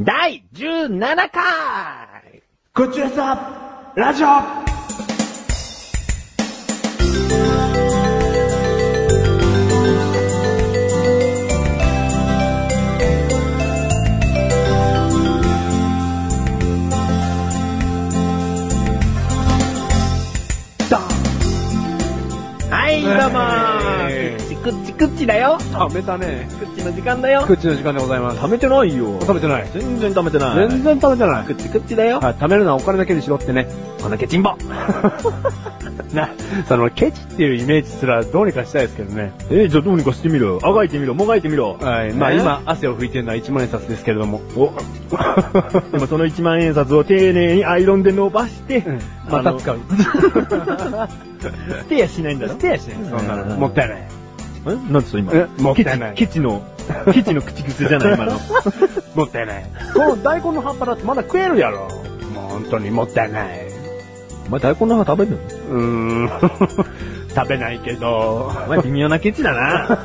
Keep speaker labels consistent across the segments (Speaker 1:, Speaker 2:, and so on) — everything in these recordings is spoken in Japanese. Speaker 1: 第17回
Speaker 2: こちらさ、ラジオ
Speaker 1: はい、どうも
Speaker 2: え
Speaker 1: ー
Speaker 2: ー
Speaker 1: チクチクッチだよ
Speaker 2: 貯めたね。
Speaker 1: チクッチの時間だよ
Speaker 2: クッチの時間でございます。
Speaker 1: 貯めてないよ
Speaker 2: 貯めてない。
Speaker 1: 全然貯めてない。
Speaker 2: 全然貯めてない。
Speaker 1: チクッチクッチだよ
Speaker 2: はい、貯めるのはお金だけにしろってね。
Speaker 1: このケチンボ
Speaker 2: な、その、ケチっていうイメージすらどうにかしたいですけどね。
Speaker 1: えー、じゃあどうにかしてみろ。あがいてみろ、もがいてみろ。
Speaker 2: はい。まあ今、汗を拭いてるのは一万円札ですけれども。
Speaker 1: お、でもその1万円札を丁寧にアイロンで伸ばして、
Speaker 2: また 使う。
Speaker 1: 捨てやしないんだろ
Speaker 2: 捨てやしない。そんなの。もったいない。
Speaker 1: えなんつう今。
Speaker 2: えもったいない
Speaker 1: ケチケチの、ケチの口癖じゃない今の。
Speaker 2: もったいない。この大根の葉っぱだってまだ食えるやろ。もう本当にもったいない。
Speaker 1: お前大根の葉食べるの
Speaker 2: うーん。 食べないけど。
Speaker 1: お前微妙なケチだな。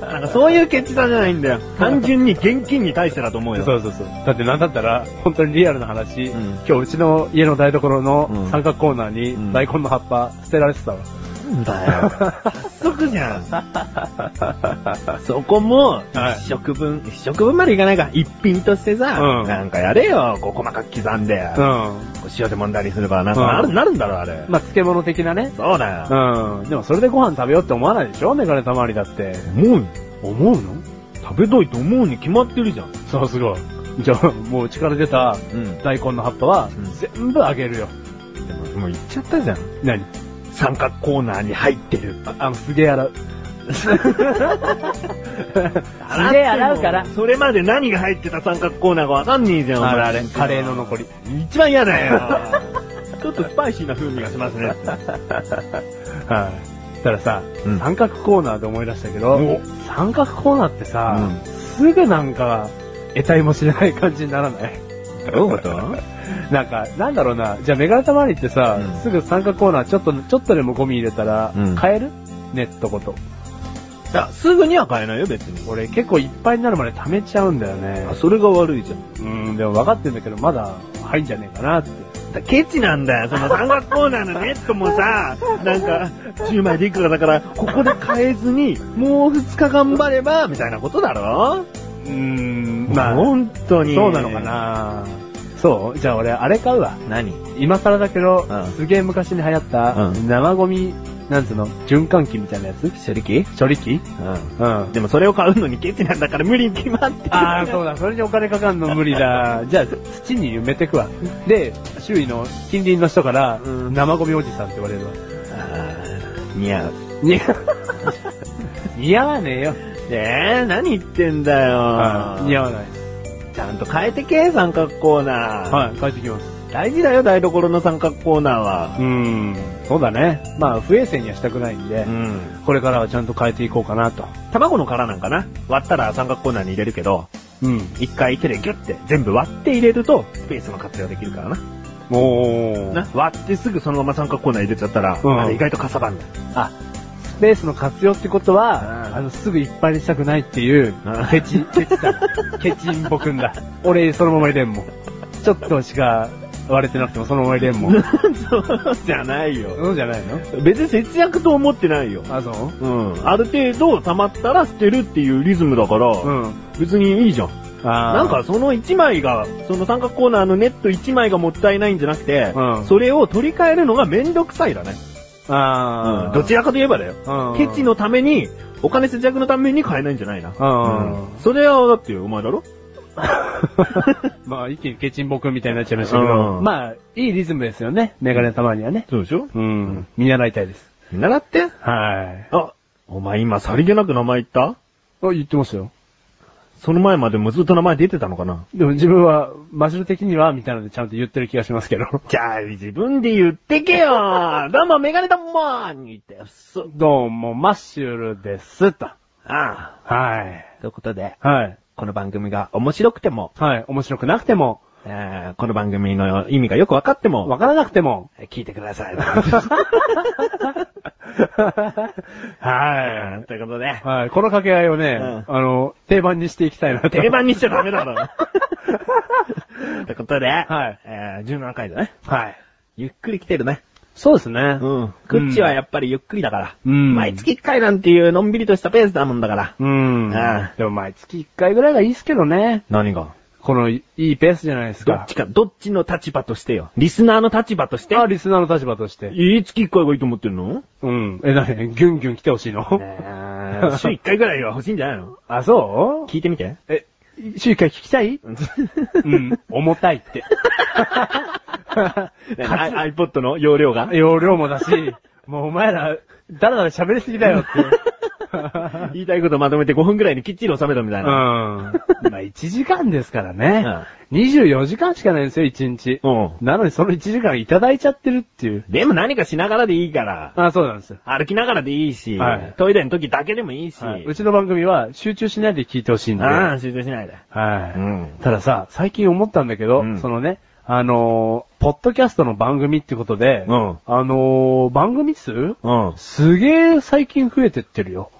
Speaker 1: なんかそういうケチさじゃないんだよ。単純に現金に対してだと思うよ。
Speaker 2: そうそうそう。だってなんだったら、本当にリアルな話、
Speaker 1: うん
Speaker 2: 今日うちの家の台所
Speaker 1: う
Speaker 2: の
Speaker 1: ん
Speaker 2: 三角コーナー
Speaker 1: うん
Speaker 2: に大根の葉っぱ捨てられてたわ。
Speaker 1: なんだよ。早速じゃん。 そこも、
Speaker 2: はい
Speaker 1: 一食分、一食分までいかないか。一品としてさ、
Speaker 2: うん
Speaker 1: なんかやれよ。こう細かく刻んで、
Speaker 2: うん。
Speaker 1: こう塩でもんだりすれば、なんか
Speaker 2: うん
Speaker 1: なる,、なるんだろ、あれ。
Speaker 2: まあ、漬物的なね。
Speaker 1: そうだよ。
Speaker 2: うん。でもそれでご飯食べようって思わないでしょメガネたまわりだって。
Speaker 1: 思うよ
Speaker 2: 思うの
Speaker 1: 食べたいと思うに決まってるじゃん。
Speaker 2: そうすごい。じゃあ、もううちから出た
Speaker 1: うん。
Speaker 2: 大根の葉っぱは
Speaker 1: うん
Speaker 2: 全部あげるよ。
Speaker 1: でも、もう言っちゃったじゃん。
Speaker 2: 何
Speaker 1: 三角コーナーに入ってる。
Speaker 2: ああの、すげえ洗 う。
Speaker 1: す
Speaker 2: げえ洗うから
Speaker 1: それまで何が入ってた三角コーナーがわかんねえじゃん、お前
Speaker 2: あれ、カレーの残り。
Speaker 1: 一番嫌 だよ。ちょっとスパイシーな風味がしますね。
Speaker 2: はい。たらさ、
Speaker 1: うん
Speaker 2: 三角コーナーで思い出したけど
Speaker 1: お、
Speaker 2: 三角コーナーってさ、
Speaker 1: う
Speaker 2: すぐなんか、得体もしない感じにならない
Speaker 1: どういうこと
Speaker 2: なんか、なんだろうな。じゃあ、メガネたまりってさ、
Speaker 1: うん
Speaker 2: すぐ三角コーナーちょっと、ちょっとでもゴミ入れたら、
Speaker 1: うん
Speaker 2: 買えるネットごと。
Speaker 1: いや、すぐには買えないよ、別に。
Speaker 2: 俺、結構いっぱいになるまで貯めちゃうんだよね
Speaker 1: あ、。それが悪いじゃん。
Speaker 2: うん、でも分かってんだけど、まだ入んじゃねえかなって。
Speaker 1: ケチなんだよ、その三角コーナーのネットも さ、なんか、10枚でいくらだから、ここで買えずに、もう2日頑張れば、みたいなことだろ
Speaker 2: うーん、
Speaker 1: まあ、
Speaker 2: まあ、
Speaker 1: 本当に。
Speaker 2: そうなのかな。そうじゃあ俺、あれ買うわ。
Speaker 1: 何
Speaker 2: 今更だけど、
Speaker 1: うん
Speaker 2: すげえ昔に流行った、
Speaker 1: うん
Speaker 2: 生ゴミ、なんつうの、循環器みたいなやつ
Speaker 1: 処理器
Speaker 2: 処理器
Speaker 1: う
Speaker 2: うん。
Speaker 1: でもそれを買うのにケチなんだから無理に決まってる。
Speaker 2: ああ、そうだ、それにお金かかんの無理 だ。じゃあ、土に埋めてくわ。で、周囲の近隣の人から、
Speaker 1: うん
Speaker 2: 生ゴミおじさんって言われるわ。
Speaker 1: あー似合う。
Speaker 2: に似合わねえよ。
Speaker 1: えー、何言ってんだよ。
Speaker 2: 似合わない。
Speaker 1: ちゃんと変えてけ、三角コーナー。
Speaker 2: はい、帰ってきます。
Speaker 1: 大事だよ、台所の三角コーナーは。
Speaker 2: うん。そうだね。まあ、不衛生にはしたくないんで、
Speaker 1: ん。
Speaker 2: これからはちゃんと変えていこうかなと。
Speaker 1: 卵の殻なんかな割ったら三角コーナーに入れるけど、
Speaker 2: うん。
Speaker 1: 一回手でギュッて全部割って入れると、スペースの活用できるからな。
Speaker 2: おー。
Speaker 1: な割ってすぐそのまま三角コーナー入れちゃったら、
Speaker 2: うん
Speaker 1: あれ意外とかさばんだ。
Speaker 2: あ、スペースの活用ってことは、
Speaker 1: うん
Speaker 2: あの、すぐいっぱいにしたくないっていう
Speaker 1: うん、
Speaker 2: ケチ、ケチだ。ケチンボくんだ。俺、そのまま入れんもん。ちょっとしか割れてなくてもそのまま入れんも ん。
Speaker 1: そうじゃないよ。
Speaker 2: そうじゃないの
Speaker 1: 別に節約と思ってないよ。
Speaker 2: あ、そう
Speaker 1: うん。ある程度溜まったら捨てるっていうリズムだから、
Speaker 2: うん。
Speaker 1: 別にいいじゃん。
Speaker 2: あ
Speaker 1: な
Speaker 2: ー
Speaker 1: んか、その1枚が、その三角コーナーのネット1枚がもったいないんじゃなくて、
Speaker 2: うん
Speaker 1: それを取り替えるのがめんどくさいだね。
Speaker 2: あー
Speaker 1: どちらかといえばだよ。
Speaker 2: うん
Speaker 1: ケチのために、お金節約のために買えないんじゃないな。
Speaker 2: うん
Speaker 1: うんそれは、だってお前だろ
Speaker 2: まあ、一気にケチンボくんみたいになっちゃいましたけど、
Speaker 1: うん
Speaker 2: まあ、いいリズムですよね。メガネたまにはね。
Speaker 1: そうでしょ
Speaker 2: うん。見習いたいです。
Speaker 1: 見習って。
Speaker 2: はい。
Speaker 1: あ、お前今さりげなく名前言った
Speaker 2: あ、言ってましたよ。
Speaker 1: その前までもずっと名前出てたのかな
Speaker 2: でも自分は、マジル的には、みたいなのでちゃんと言ってる気がしますけど。
Speaker 1: じゃあ、自分で言ってけ よどうも、メガネたまーにって、そ、
Speaker 2: どうも、マッシュルです、と。
Speaker 1: ああ。
Speaker 2: はい。
Speaker 1: ということで、
Speaker 2: はい。
Speaker 1: この番組が面白くても、
Speaker 2: はい。面白くなくても、
Speaker 1: えーこの番組の意味がよくわかっても、
Speaker 2: わからなくても。
Speaker 1: えー聞いてください。
Speaker 2: は
Speaker 1: ということで
Speaker 2: い。、はい。この掛け合いをね、
Speaker 1: う
Speaker 2: あの、定番にしていきたいなと。
Speaker 1: 定番にしちゃダメ だろ。ということで、
Speaker 2: はい
Speaker 1: えー17回だね。
Speaker 2: はい。
Speaker 1: ゆっくり来てるね。
Speaker 2: そうですね。
Speaker 1: うん。グッチはやっぱりゆっくりだから。
Speaker 2: うん
Speaker 1: 毎月1回なんていうのんびりとしたペースだもんだから。
Speaker 2: うん。
Speaker 1: ああ
Speaker 2: でも毎月1回ぐらいがいいっすけどね。
Speaker 1: 何が
Speaker 2: この、いいペースじゃないです
Speaker 1: ど
Speaker 2: か。
Speaker 1: っちか、どっちの立場としてよ。リスナーの立場として。
Speaker 2: あ、リスナーの立場として。
Speaker 1: いつ月1回がいいと思ってるの
Speaker 2: うん。え、なにギュンギュン来てほしいの、
Speaker 1: 週1回ぐらいは欲しいんじゃないの
Speaker 2: あ、そ
Speaker 1: 聞いてみ て。
Speaker 2: うえ、週1回聞きたいうん。重たいって。
Speaker 1: あ iPod の容量が
Speaker 2: 容量もだし、 もうお前ら、だらだら喋りすぎだよって。
Speaker 1: 言いたいことまとめて5分ぐらいにきっちり収めたみた
Speaker 2: う
Speaker 1: い
Speaker 2: ん。
Speaker 1: な。
Speaker 2: まあ1時間ですからね。24時間しかないんですよ、1日。
Speaker 1: うん
Speaker 2: なのにその1時間いただいちゃってるっていう。
Speaker 1: でも何かしながらでいいから。
Speaker 2: あ、そうなんですよ。
Speaker 1: 歩きながらでいいし、
Speaker 2: はい
Speaker 1: トイレの時だけでもいいし。
Speaker 2: はい、うちの番組は集中しないで聞いてほしいんで。
Speaker 1: ああ、集中しないで。
Speaker 2: はい、
Speaker 1: うん
Speaker 2: たださ、最近思ったんだけど、
Speaker 1: うん
Speaker 2: そのね、あのーポッドキャストの番組ってことで、
Speaker 1: うん
Speaker 2: あのー番組数
Speaker 1: うん。
Speaker 2: すげえ最近増えてってるよ。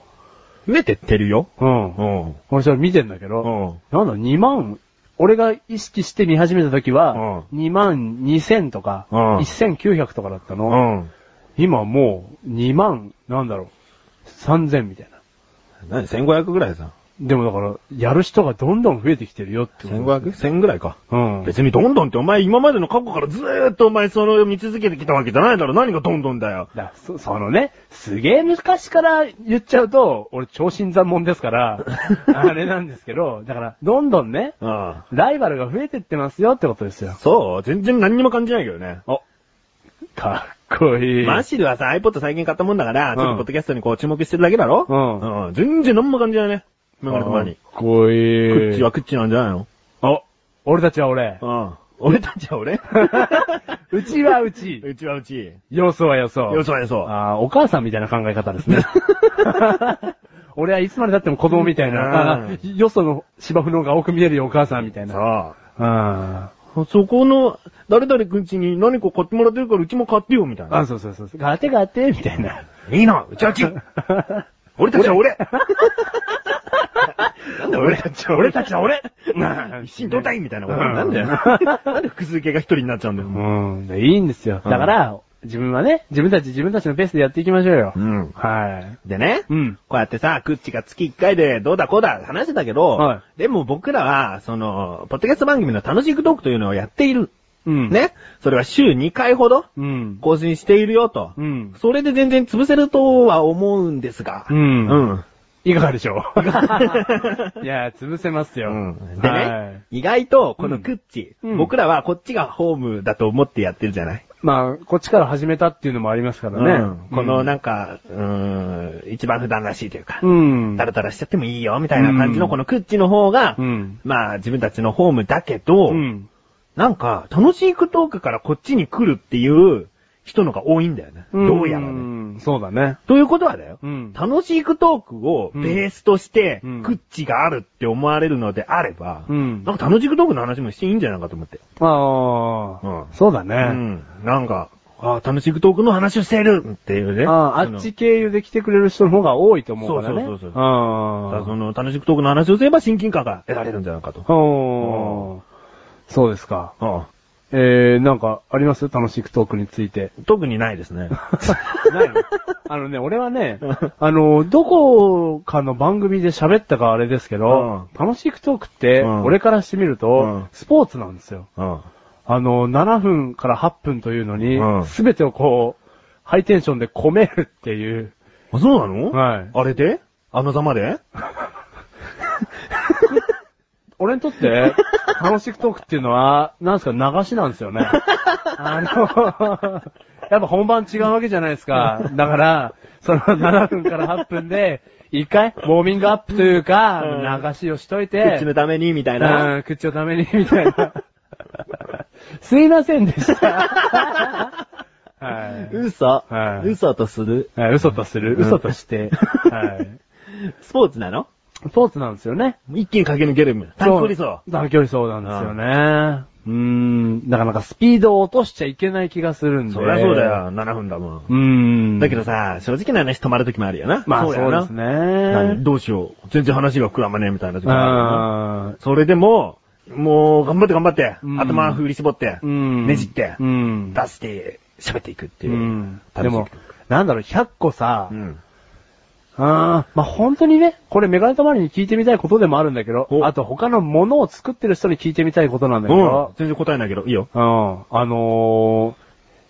Speaker 1: 増えてってるよ。
Speaker 2: うん。
Speaker 1: ん。
Speaker 2: 俺それ見てんだけ
Speaker 1: う
Speaker 2: ど、
Speaker 1: ん。
Speaker 2: なんだ、2万、俺が意識して見始めた時は、2万2000とか、
Speaker 1: うん
Speaker 2: 1900とかだったの。
Speaker 1: うん。
Speaker 2: 今もう2万、なんだろう、3000みたいな。
Speaker 1: 何 ?1500 ぐらいさ。
Speaker 2: でもだから、やる人がどんどん増えてきてるよってことですよ
Speaker 1: 1500?1000 ぐらいか。
Speaker 2: うん。
Speaker 1: 別にどんどんってお前今までの過去からずーっとお前それを見続けてきたわけじゃないだろ。何がどんどんだよ。
Speaker 2: だそそのね、すげえ昔から言っちゃうと、俺、超新参者で すから、あれなんですけど、だから、どんどんね、
Speaker 1: あ
Speaker 2: ライバルが増えてってますよってことですよ
Speaker 1: あ。。そう全然何にも感じないけどね。
Speaker 2: お、かっこいい。
Speaker 1: マッシルはさ、iPod 最近買ったもんだから、
Speaker 2: ん
Speaker 1: ちょっとポッドキャストにこう注目してるだけだろ
Speaker 2: うん
Speaker 1: うん。全然何も感じないね。今までとま
Speaker 2: か
Speaker 1: に
Speaker 2: っ。こいい。
Speaker 1: クッチはクッチなんじゃないの
Speaker 2: お、俺たちは俺。
Speaker 1: うん。俺たちは 俺
Speaker 2: うちはうち。
Speaker 1: うちはうち。
Speaker 2: 要素は要素。
Speaker 1: よそよそ。
Speaker 2: ああ、お母さんみたいな考え方 ですね。俺はいつまで経っても子供みたいな、あ
Speaker 1: うん
Speaker 2: ーよその芝生の方が奥見えるよお母さんみたいな。
Speaker 1: さ
Speaker 2: うん
Speaker 1: あ。そこの、誰々くんちに何か買ってもらってるからうちも買ってよ、みたいな。
Speaker 2: あ、そうそうそうそう。ガテガテみたいな。
Speaker 1: いいな、うち はうち。俺たちは俺なんだ俺たち は俺
Speaker 2: 俺たちは俺
Speaker 1: 一心同体みたいなこと
Speaker 2: う
Speaker 1: なんだよ。なんで複数形が一人になっちゃうんだよ。
Speaker 2: うん。いいんですよ。だから、自分はね、自分たち自分たちのペースでやっていきましょうよ。
Speaker 1: ん。
Speaker 2: は
Speaker 1: でね、
Speaker 2: い。うん。
Speaker 1: こうやってさ、クッチが月1回でどうだこうだ話してたけど、
Speaker 2: は
Speaker 1: でも僕らは、その、ポッドキャスト番組の楽しくトークというのをやっている。
Speaker 2: うん。。
Speaker 1: ね。それは週2回ほど
Speaker 2: うん。
Speaker 1: 更新しているよと。
Speaker 2: うん。
Speaker 1: それで全然潰せるとは思うんですが。
Speaker 2: うん
Speaker 1: うん。
Speaker 2: いかがでしょ ういや、潰せますよ。
Speaker 1: で
Speaker 2: は
Speaker 1: ね
Speaker 2: い、
Speaker 1: 意外と、このクッチ、
Speaker 2: うん
Speaker 1: 僕らはこっちがホームだと思ってやってるじゃない、
Speaker 2: まあ、こっちから始めたっていうのもありますからね。
Speaker 1: うんこの
Speaker 2: な、
Speaker 1: なんか、うーん、一番普段らしいというか、
Speaker 2: うん。
Speaker 1: タラタラしちゃってもいいよ、みたいな感じの
Speaker 2: うん
Speaker 1: このクッチの方が、
Speaker 2: うん。
Speaker 1: まあ自分たちのホームだけど、
Speaker 2: うん。
Speaker 1: なんか、楽しいクトークからこっちに来るっていう人のが多いんだよね。どうやらね。
Speaker 2: ね。そうだね。
Speaker 1: ということはだよ。
Speaker 2: うん。
Speaker 1: 楽しいクトークをベースとして、ク
Speaker 2: うん
Speaker 1: ッチがあるって思われるのであれば、
Speaker 2: うん。
Speaker 1: なんか楽しいクトークの話もしていいんじゃないかと思って。
Speaker 2: ああ、
Speaker 1: うん
Speaker 2: そうだね。
Speaker 1: うん。なんか、あー楽しくトークの話をしてるっていうね。
Speaker 2: ああ
Speaker 1: その
Speaker 2: あっち経由で来てくれる人の方が多いと思うからね。
Speaker 1: そうそうそうそうだから
Speaker 2: あ
Speaker 1: その、楽しくトークの話をすれば親近感が得られるんじゃないかと。
Speaker 2: あ。おーそうですか。
Speaker 1: う
Speaker 2: えー、なんか、あります楽しくトークについて。
Speaker 1: ん。特にないです ね。
Speaker 2: ないの あのね、俺はね、あの、どこかの番組で喋ったかあれですけど、楽しくトークって、
Speaker 1: うん
Speaker 2: 俺からしてみると、
Speaker 1: うん
Speaker 2: スポーツなんですよ。
Speaker 1: うん。
Speaker 2: あの、7分から8分というのに
Speaker 1: うん、
Speaker 2: すべ、てをこう、ハイテンションで込めるっていう。
Speaker 1: あ、そうなの
Speaker 2: はい
Speaker 1: あれであのざまで
Speaker 2: 俺に とって、楽しくトークっていうのは、なんすか、流しなんですよ ね。あの、やっぱ本番違うわけじゃないですか。だから、その7分から8分で、一回、ウォーミングアップというか
Speaker 1: うん、
Speaker 2: 流しをしとい
Speaker 1: 口
Speaker 2: て、
Speaker 1: のためにみたいな。
Speaker 2: うん、口をために、みたい な。すいませんで した。はい。
Speaker 1: 嘘
Speaker 2: はい
Speaker 1: 嘘とする。
Speaker 2: はい嘘とする、嘘として、はい。
Speaker 1: スポーツなの
Speaker 2: スポーツなんですよね。
Speaker 1: 一気に駆け抜ける。短距離走。
Speaker 2: そう。短距離走なんですよね。うーん、だからなんかスピードを落としちゃいけない気がするんで。
Speaker 1: そりゃそうだ。よ、7分だもん。
Speaker 2: うーん。
Speaker 1: だけど、さ、正直な話止まる時もあるよな。
Speaker 2: まあそう
Speaker 1: だよな
Speaker 2: ですね
Speaker 1: 何。どうしよう。全然話が膨らまねえみたいな時
Speaker 2: う
Speaker 1: もあるよな。
Speaker 2: ん。
Speaker 1: それでも、もう、頑張って頑張って、
Speaker 2: うん
Speaker 1: 頭振り絞って、
Speaker 2: うん。
Speaker 1: ねじって、
Speaker 2: うん。
Speaker 1: 出して、喋っていくって
Speaker 2: う
Speaker 1: いう。
Speaker 2: ん。
Speaker 1: 楽
Speaker 2: で
Speaker 1: しい
Speaker 2: も、なんだろう、100個さ、
Speaker 1: うん。
Speaker 2: あーまあ本当にね、これメガネたまりに聞いてみたいことでもあるんだけど、
Speaker 1: お
Speaker 2: あと他のものを作ってる人に聞いてみたいことなんだけ
Speaker 1: うん
Speaker 2: ど、
Speaker 1: 全然答えないけど、いいよ。
Speaker 2: うん、あのー、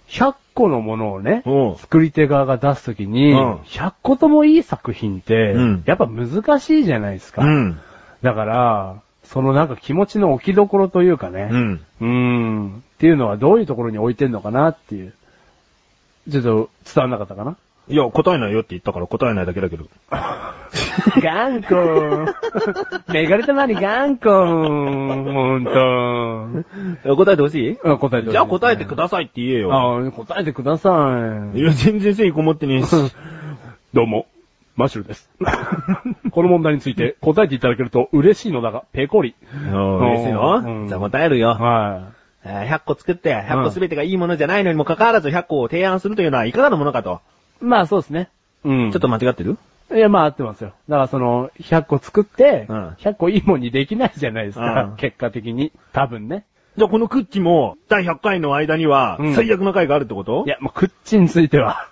Speaker 2: 100個のものをね、
Speaker 1: うん。
Speaker 2: 作り手側が出すときに、
Speaker 1: うん
Speaker 2: 100個ともいい作品って、
Speaker 1: うん
Speaker 2: やっぱ難しいじゃないですか。
Speaker 1: うん。
Speaker 2: だから、そのなんか気持ちの置きどころというかね、
Speaker 1: うん。
Speaker 2: うーん。っていうのはどういうところに置いてんのかなっていう。ちょっと伝わんなかった かない
Speaker 1: や、答えないよって言ったから答えないだけだけど。
Speaker 2: 頑固。 メガネたまり頑固。ほんと。
Speaker 1: 答えてほしい
Speaker 2: あ答え て
Speaker 1: じゃあ答えてく
Speaker 2: さ
Speaker 1: ださいって言え
Speaker 2: い
Speaker 1: よ。
Speaker 2: あ答えてくださ
Speaker 1: い
Speaker 2: い。
Speaker 1: や、全然誠意こもってねえし。
Speaker 2: どうも、マシュルです。 この問題について答えていただけると嬉しいのだが、ペコリ。
Speaker 1: 嬉しい
Speaker 2: うん
Speaker 1: のじゃあ答えるよ。
Speaker 2: は
Speaker 1: えー100個作って、100個すべてがいいものじゃないのにもかかわらず100個を提案するというのはいかがなものかと。
Speaker 2: い。まあそうですね。うん。
Speaker 1: ちょっと間違ってる
Speaker 2: いや、まあ合ってますよ。だからその、100個作って、
Speaker 1: うん
Speaker 2: 100個いいもんにできないじゃないですか。
Speaker 1: うん
Speaker 2: 結果的に。多分ね。
Speaker 1: じゃあこのクッチも、第100回の間には
Speaker 2: うん、
Speaker 1: 最悪の回があるってこと
Speaker 2: いや、もうクッチについては、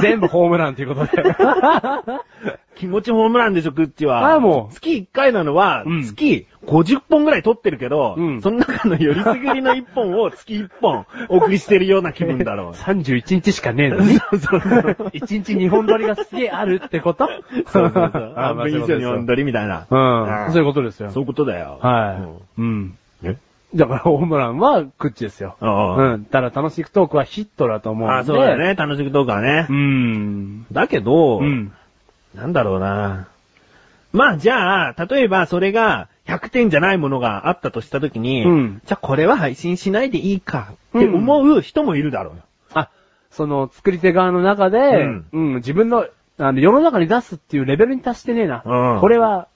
Speaker 2: 全部ホームランということで。
Speaker 1: 気持ちホームランでしょ、クッチは。
Speaker 2: ああもう
Speaker 1: 月1回なのは
Speaker 2: うん、
Speaker 1: 月50本ぐらい撮ってるけど、
Speaker 2: うん
Speaker 1: その中のよりすぐりの1本を月1本、 お送りしてるような気分だ ろう。
Speaker 2: 31日しかねえのに。
Speaker 1: そうそうそう。
Speaker 2: 1日2本撮りがすげえあるってこと
Speaker 1: そうそうそう。
Speaker 2: あ
Speaker 1: 半分以上に読んだりみたいな。
Speaker 2: うん。そういうことですよ。
Speaker 1: そういうことだよ。
Speaker 2: はい。うん。
Speaker 1: い。え
Speaker 2: だからホームランはクッチですよ。
Speaker 1: ああ
Speaker 2: うん。ただ楽しくトークはヒットだと思うんで。
Speaker 1: あ、そうだよ。ね。楽しくどうかね
Speaker 2: う。ん。
Speaker 1: だけど、
Speaker 2: うん。
Speaker 1: なんだろうな。まあじゃあ、例えばそれが100点じゃないものがあったとしたときに、
Speaker 2: うん
Speaker 1: じゃあこれは配信しないでいいかって思う人もいるだろうよ。
Speaker 2: あ、その、作り手側の中で、う
Speaker 1: うんん、
Speaker 2: 自分の、あの、世の中に出すっていうレベルに達してねえな。
Speaker 1: うん
Speaker 2: これは、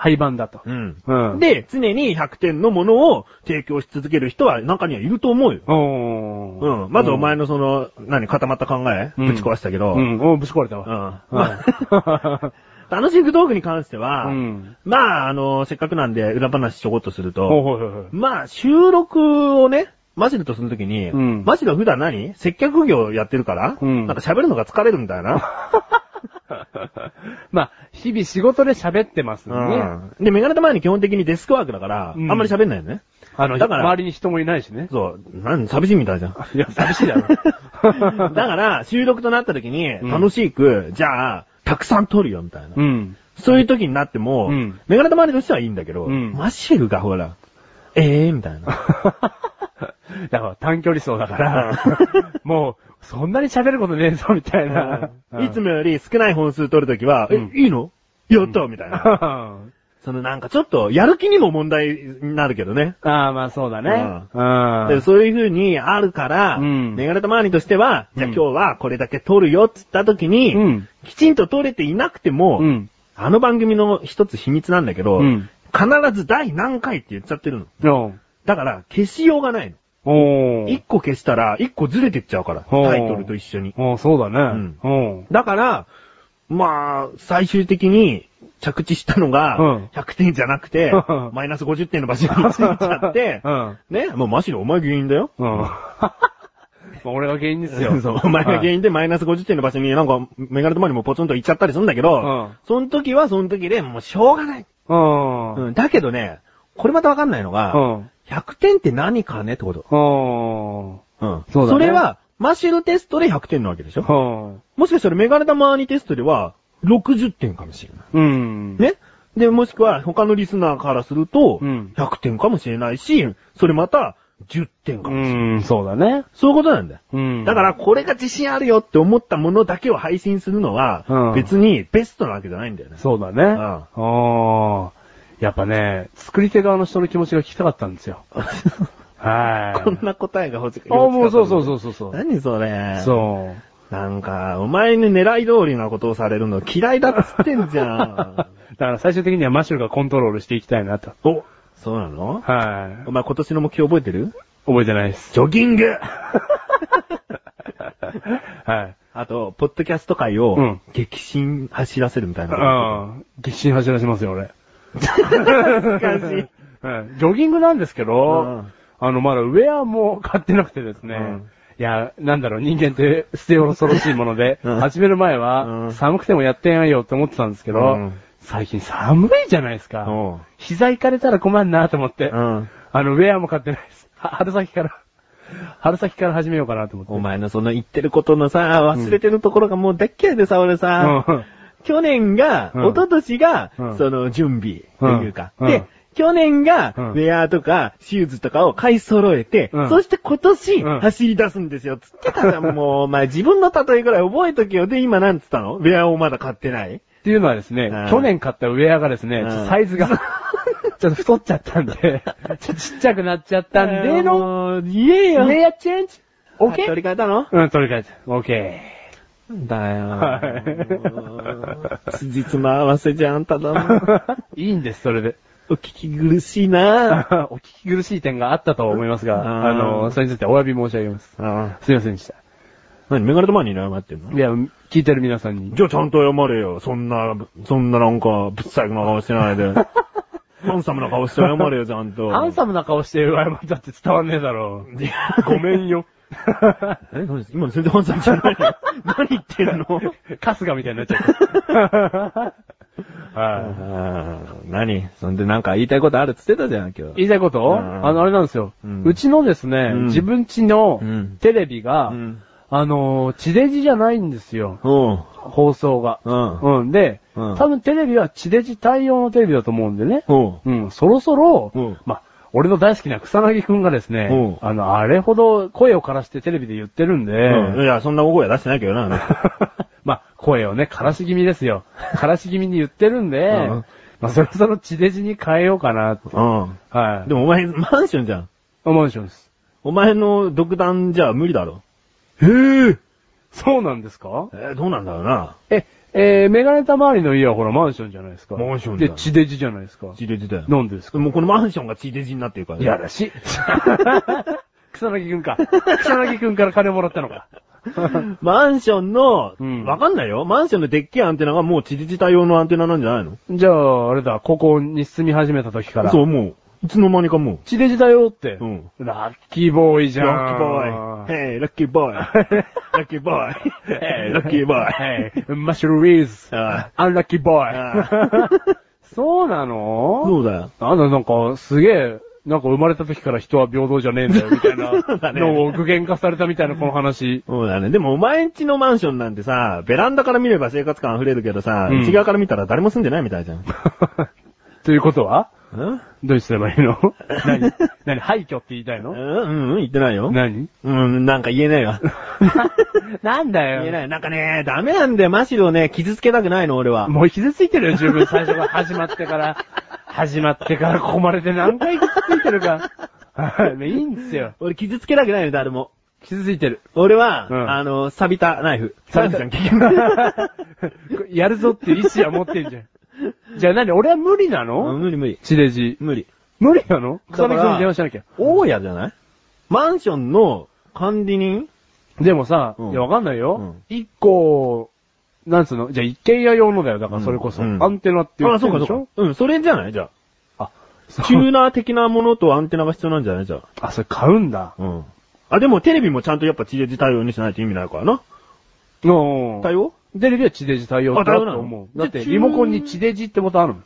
Speaker 2: 廃盤だと。うん
Speaker 1: で、常に100点のものを提供し続ける人は中にはいると思うよ。
Speaker 2: お
Speaker 1: う
Speaker 2: ー
Speaker 1: ん。まずお前のその、何、固まった考え、
Speaker 2: うん
Speaker 1: ぶち壊したけど、
Speaker 2: うん、おーぶち壊れた
Speaker 1: うん
Speaker 2: わ。
Speaker 1: まあ楽しくトークに関しては、
Speaker 2: うん
Speaker 1: まあ、あの、せっかくなんで裏話ちょこっとする
Speaker 2: おー
Speaker 1: と、
Speaker 2: ほいほいほい
Speaker 1: まあ、収録をね、マシルとするときに、
Speaker 2: うん
Speaker 1: マシルは普段何接客業やってるから、
Speaker 2: うん
Speaker 1: なんか喋るのが疲れるみたいな。
Speaker 2: まあ、日々仕事で喋ってますんで ね。
Speaker 1: うんで、メガネた前に基本的にデスクワークだから、
Speaker 2: うん
Speaker 1: あんまり喋んないよね。
Speaker 2: あの、
Speaker 1: だから
Speaker 2: 周りに人もいないしね。
Speaker 1: そう、なん、寂しいみたいじゃん。
Speaker 2: いや、寂しいだ ろ。
Speaker 1: だから、収録となった時に、
Speaker 2: ん
Speaker 1: 楽しく、じゃあ、たくさん撮るよ、みたいな。
Speaker 2: うん。
Speaker 1: そういう時になっても、
Speaker 2: うん
Speaker 1: メガネとマネとしてはいいんだけど、
Speaker 2: うん
Speaker 1: マシェルがほら、ええー、みたいな。
Speaker 2: だから短距離走だから、 もう、そんなに喋ることねえぞ、みたいな。
Speaker 1: いつもより少ない本数撮る時は、
Speaker 2: うん
Speaker 1: え、いいのやったみた いな。
Speaker 2: も。
Speaker 1: そのなんかちょっと、やる気にも問題になるけどね。
Speaker 2: ああ、まあそうだね。う
Speaker 1: で
Speaker 2: ん。
Speaker 1: そういう風にあるから、
Speaker 2: うん
Speaker 1: メガネとマーニとしては、じゃあ
Speaker 2: うん
Speaker 1: 今日はこれだけ撮るよっつった時に、
Speaker 2: うん
Speaker 1: きちんと撮れていなくても、
Speaker 2: うん。
Speaker 1: あの番組の一つ秘密なんだけど、
Speaker 2: うん
Speaker 1: 必ず第何回って言っちゃってるの。
Speaker 2: うん。
Speaker 1: だから消しようがないの。
Speaker 2: おー
Speaker 1: 一個消したら一個ずれてっちゃうから、
Speaker 2: おー
Speaker 1: タイトルと一緒に。
Speaker 2: おーそうだね。うん。
Speaker 1: だから、まあ、最終的に着地したのが
Speaker 2: うん、、
Speaker 1: 100点じゃなくて マイナス50点の場所についちゃって
Speaker 2: う、ん。
Speaker 1: ね、もうマシでお前原因だよ。
Speaker 2: うん。まあ俺が原因です よ。
Speaker 1: そうお前が原
Speaker 2: 因。
Speaker 1: 因でマイナス50点の場所になんか、メガネとマにもポツンと行っちゃったりするんだけど、
Speaker 2: うん
Speaker 1: その時はその時でもうしょうがない。
Speaker 2: うん。うん。
Speaker 1: うん、だけどね、これまたわかんないのが、
Speaker 2: うん。
Speaker 1: 100点って何かねってこと。
Speaker 2: うん。
Speaker 1: うん。
Speaker 2: そうだね
Speaker 1: それは、マシルテストで100点なわけでしょもしかしたらメガネタマーニテストでは、60点かもしれない。
Speaker 2: うん。
Speaker 1: ねで、もしくは他のリスナーからすると、
Speaker 2: うん
Speaker 1: 100点かもしれないし、それまた、10点か
Speaker 2: う
Speaker 1: もしれない。
Speaker 2: ん、そうだね。
Speaker 1: そういうことなんだよ。
Speaker 2: うん。
Speaker 1: だから、これが自信あるよって思ったものだけを配信するの
Speaker 2: うん
Speaker 1: は、別にベストなわけじゃないんだよね。
Speaker 2: そうだね。うん。やっぱね、作り手側の人の気持ちが聞きたかったんですよ。は い。
Speaker 1: こんな答えが欲しく
Speaker 2: あもうそうそうそうそうそう。
Speaker 1: 何それ。
Speaker 2: そう。
Speaker 1: なんか、お前に狙い通りなことをされるの嫌いだっつってんじゃん。
Speaker 2: だから最終的にはマシュルがコントロールしていきたいなと。
Speaker 1: お、そうなの
Speaker 2: はい。
Speaker 1: お前今年の目標覚えてる
Speaker 2: 覚えてないです。
Speaker 1: ジョギング
Speaker 2: はい。
Speaker 1: あと、ポッドキャスト界を
Speaker 2: うん
Speaker 1: 激震走らせるみたいな。
Speaker 2: うん。激震走らしますよ、俺。
Speaker 1: 感 じ。
Speaker 2: はいジョギングなんですけど、あの、まだウェアも買ってなくてですね。
Speaker 1: うん
Speaker 2: いや、なんだろう、人間って捨て恐ろしいもので、
Speaker 1: うん
Speaker 2: 始める前は、
Speaker 1: うん
Speaker 2: 寒くてもやってやんよって思ってたんですけど、
Speaker 1: うん
Speaker 2: 最近寒いじゃないですか。
Speaker 1: うん
Speaker 2: 膝行かれたら困んなと思って、
Speaker 1: うん。
Speaker 2: あの、ウェアも買ってないです。 は春先から、春先から始めようかなと思って。
Speaker 1: お前のその言ってることのさ、忘れてるところがもうでっけえでさ、俺さ、
Speaker 2: うん
Speaker 1: 去年が、
Speaker 2: うん
Speaker 1: 一昨年が、
Speaker 2: うん
Speaker 1: その準備というか、
Speaker 2: うんう
Speaker 1: で
Speaker 2: ん、
Speaker 1: 去年が、
Speaker 2: うん
Speaker 1: ウェアとか、シューズとかを買い揃えて、
Speaker 2: うん
Speaker 1: そして今年、
Speaker 2: うん
Speaker 1: 走り出すんですよ。つってたら、もう、お前自分の例えぐらい覚えとけよ。で、今なんつったのウェアをまだ買ってない
Speaker 2: っていうのはですね、
Speaker 1: うん
Speaker 2: 去年買ったウェアがですね、
Speaker 1: うん
Speaker 2: ちょっとサイズが、ちょっと太っ ちゃったんで、ちょっとちっちゃくなっちゃったんでの、
Speaker 1: の、言え
Speaker 2: ウ
Speaker 1: よ。
Speaker 2: ェアチェンジ
Speaker 1: オッケー取り替えたの
Speaker 2: うん、取り替えた。オッケ
Speaker 1: だよ。
Speaker 2: は
Speaker 1: つじつま合わせじゃあんただな。
Speaker 2: ー。 いいんです、それで。
Speaker 1: お聞き苦しいな
Speaker 2: お聞き苦しい点があったとは思います
Speaker 1: うん
Speaker 2: が、あの、それについてお詫び申し上げます。
Speaker 1: あ
Speaker 2: すいませんでした。
Speaker 1: 何メガネとマニーに謝ってんの
Speaker 2: いや、聞いてる皆さんに。
Speaker 1: じゃあちゃんと謝れよ。そんな、そんななんか、ぶっさいな顔してない で。ハンサムな顔して謝れよ、ちゃんと。
Speaker 2: ハンサムな顔して謝ったって伝わんねえだろ。ごめん よ。
Speaker 1: え、何です今の全然ハンサムじゃない よ。何言ってるの
Speaker 2: カスガみたいになっちゃ った。はい。
Speaker 1: 何そんでなんか言いたいことあるっつってたじゃん、今日。
Speaker 2: 言いたいこと、
Speaker 1: うん
Speaker 2: あの、あれなんですよ。
Speaker 1: う
Speaker 2: うんちのですね、
Speaker 1: うん
Speaker 2: 自分家の
Speaker 1: うん
Speaker 2: テレビが、
Speaker 1: うん
Speaker 2: あのー、地デジじゃないんですよ。
Speaker 1: おう。
Speaker 2: 放送が。
Speaker 1: うん
Speaker 2: うん。で、
Speaker 1: うん
Speaker 2: 多分テレビは地デジ対応のテレビだと思うんでね。
Speaker 1: おう。
Speaker 2: うん。そろそろ、
Speaker 1: うん
Speaker 2: ま、俺の大好きな草薙くんがですね、
Speaker 1: う
Speaker 2: あの、あれほど声を枯らしてテレビで言ってるんで、
Speaker 1: うんいや、そんな大声出してないけどなあの人。
Speaker 2: まあ、声をね、からし気味ですよ。からし気味に言ってるんで、
Speaker 1: うん
Speaker 2: まあ、そろそろ地デジに変えようかなって。
Speaker 1: うん。
Speaker 2: はい。
Speaker 1: でもお前、マンションじゃん。
Speaker 2: あマンションです。
Speaker 1: お前の独断じゃ無理だろ。
Speaker 2: へえ。そうなんですか
Speaker 1: えーどうなんだろうな。
Speaker 2: え、えーメガネた周りの家はほらマンションじゃないですか。
Speaker 1: マンションだ
Speaker 2: で、
Speaker 1: よ
Speaker 2: 地デジじゃないですか。
Speaker 1: 地デジだよ。
Speaker 2: なんでですか
Speaker 1: もうこのマンションが地デジになってるからね。
Speaker 2: いやらしい。 草薙くんか。草薙くんから金もらったのか。
Speaker 1: マンションの、
Speaker 2: うん
Speaker 1: わかんないよ。マンションのでっけえアンテナがもう地デジ対応のアンテナなんじゃないの
Speaker 2: じゃあ、あれだ、ここに住み始めた時から。
Speaker 1: そう、。もう。いつの間にかもう。
Speaker 2: 地デジだよって。
Speaker 1: うん
Speaker 2: ラッキーボーイじゃん。
Speaker 1: ラッキーボーイ。ヘイ、ラッキーボーイ。ラッキーボーイ。ヘイ、ラッキーボ ーイ。
Speaker 2: イ。マッシュルリーズ。
Speaker 1: あ
Speaker 2: アンラッキーボー
Speaker 1: あ
Speaker 2: イ。 そうなの
Speaker 1: そうだよ。
Speaker 2: なんだ、なんか、すげえ、なんか生まれた時から人は平等じゃねえんだよ、みたいな
Speaker 1: そうだね
Speaker 2: のを具現化されたみたいな、こ の話。
Speaker 1: そうだね。でも、お前んちのマンションなんてさ、ベランダから見れば生活感溢れるけどさ、
Speaker 2: うん
Speaker 1: 内側から見たら誰も住んでないみたいじゃん。
Speaker 2: ということは
Speaker 1: うん
Speaker 2: どうすればいいの 何何廃墟って言いたいの
Speaker 1: うん、うん、言ってないよ。
Speaker 2: 何
Speaker 1: うん、なんか言えないわ。
Speaker 2: なんだ
Speaker 1: 言え
Speaker 2: よ。
Speaker 1: ない。なんかね、ダメなんだよ。マシロね、傷つけたくないの、俺は。
Speaker 2: もう傷ついてるよ、十分。最初から始まってから。始まってからここまでで何回傷ついて るか。はいいいんですよ。
Speaker 1: 俺、傷つけたくないの、誰も。
Speaker 2: 傷ついてる。
Speaker 1: 俺は、
Speaker 2: うん
Speaker 1: あの、錆びたナイフ。
Speaker 2: 錆びた
Speaker 1: 錆びたじゃん、結 局。
Speaker 2: やるぞっていう意志は持ってんじゃ ん。じゃあ何俺は無理な
Speaker 1: うん
Speaker 2: の
Speaker 1: 無理無理。
Speaker 2: 地デジ。
Speaker 1: 無理。
Speaker 2: 無理なの草薙
Speaker 1: だから
Speaker 2: 君に電話しなきゃ。
Speaker 1: 大家じゃないマンションの管理人
Speaker 2: でもさ、
Speaker 1: うん
Speaker 2: いや、わかんないうよ
Speaker 1: ん。
Speaker 2: 一、個、なんつうのじゃあ一軒家用のだよ。だからそれこそ、
Speaker 1: うんうん
Speaker 2: アンテナっていう
Speaker 1: あ、そうか、そうか。うん、それじゃないじゃ
Speaker 2: あ、そ
Speaker 1: あ。
Speaker 2: う
Speaker 1: チューナー的なものとアンテナが必要なんじゃないじゃあ。
Speaker 2: あ、それ買うんだ。
Speaker 1: うん。あ、でもテレビもちゃんとやっぱ地デジ対応にしないと意味ないからな。
Speaker 2: うん。
Speaker 1: 対応
Speaker 2: テレビは地デジ対応
Speaker 1: あ
Speaker 2: だ
Speaker 1: 対応なの
Speaker 2: と思う。
Speaker 1: じゃ
Speaker 2: だ
Speaker 1: あ
Speaker 2: って、リモコンに地デジってボタンある の。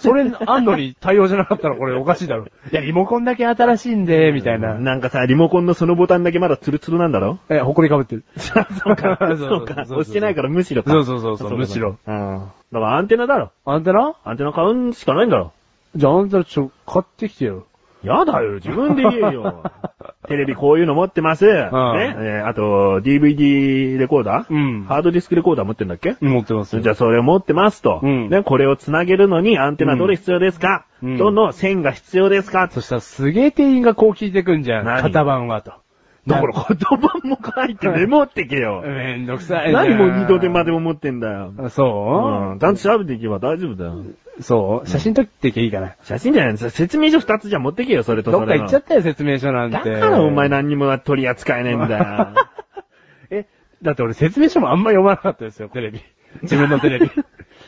Speaker 2: それ、あんのに対応じゃなかったらこれおかし いだろ。いや、リモコンだけ新しいんで、みたいな。
Speaker 1: なんかさ、リモコンのそのボタンだけまだツルツルなんだろ
Speaker 2: え、ほこりかぶってる。
Speaker 1: そうか
Speaker 2: そ
Speaker 1: そ
Speaker 2: うそうそうう
Speaker 1: か。押してないからむしろか
Speaker 2: そうそうそうそう
Speaker 1: あか
Speaker 2: むしろ
Speaker 1: うん。だからアンテナだろ。
Speaker 2: アンテナ
Speaker 1: アンテナ買うんしかないんだろ。
Speaker 2: じゃあ、あんたちょ、買ってきてよ。
Speaker 1: やだよ、自分で言え よ。テレビこういうの持ってます。ね。えーあと、DVD レコーダー
Speaker 2: うん
Speaker 1: ハードディスクレコーダー持ってんだっけ
Speaker 2: 持ってます
Speaker 1: じゃあそれを持ってますと。
Speaker 2: うん
Speaker 1: ね、これを繋げるのにアンテナどれ必要ですか、
Speaker 2: うん
Speaker 1: どの線が必要ですか、
Speaker 2: そしたらすげえ店員がこう聞いてくんじゃん。
Speaker 1: 何
Speaker 2: 型番はと。
Speaker 1: だから言葉も書いてメモってけよ。
Speaker 2: めんどくさいな。
Speaker 1: 何もう二度手間でも持ってんだよ。
Speaker 2: あそう、
Speaker 1: うん。ちゃんと調べていけば大丈夫だよ。
Speaker 2: そう写真撮ってきゃいいかな。
Speaker 1: 写真じゃないの説明書二つじゃ持ってけよ、それとそ
Speaker 2: どっか
Speaker 1: れ
Speaker 2: 行
Speaker 1: の。
Speaker 2: っちゃったよ、説明書なんて。
Speaker 1: だからお前。何にも取り扱えねえんだよ。
Speaker 2: え、だって俺説明書もあんま読まなかったですよ、テレ ビ。自分のテレ ビ。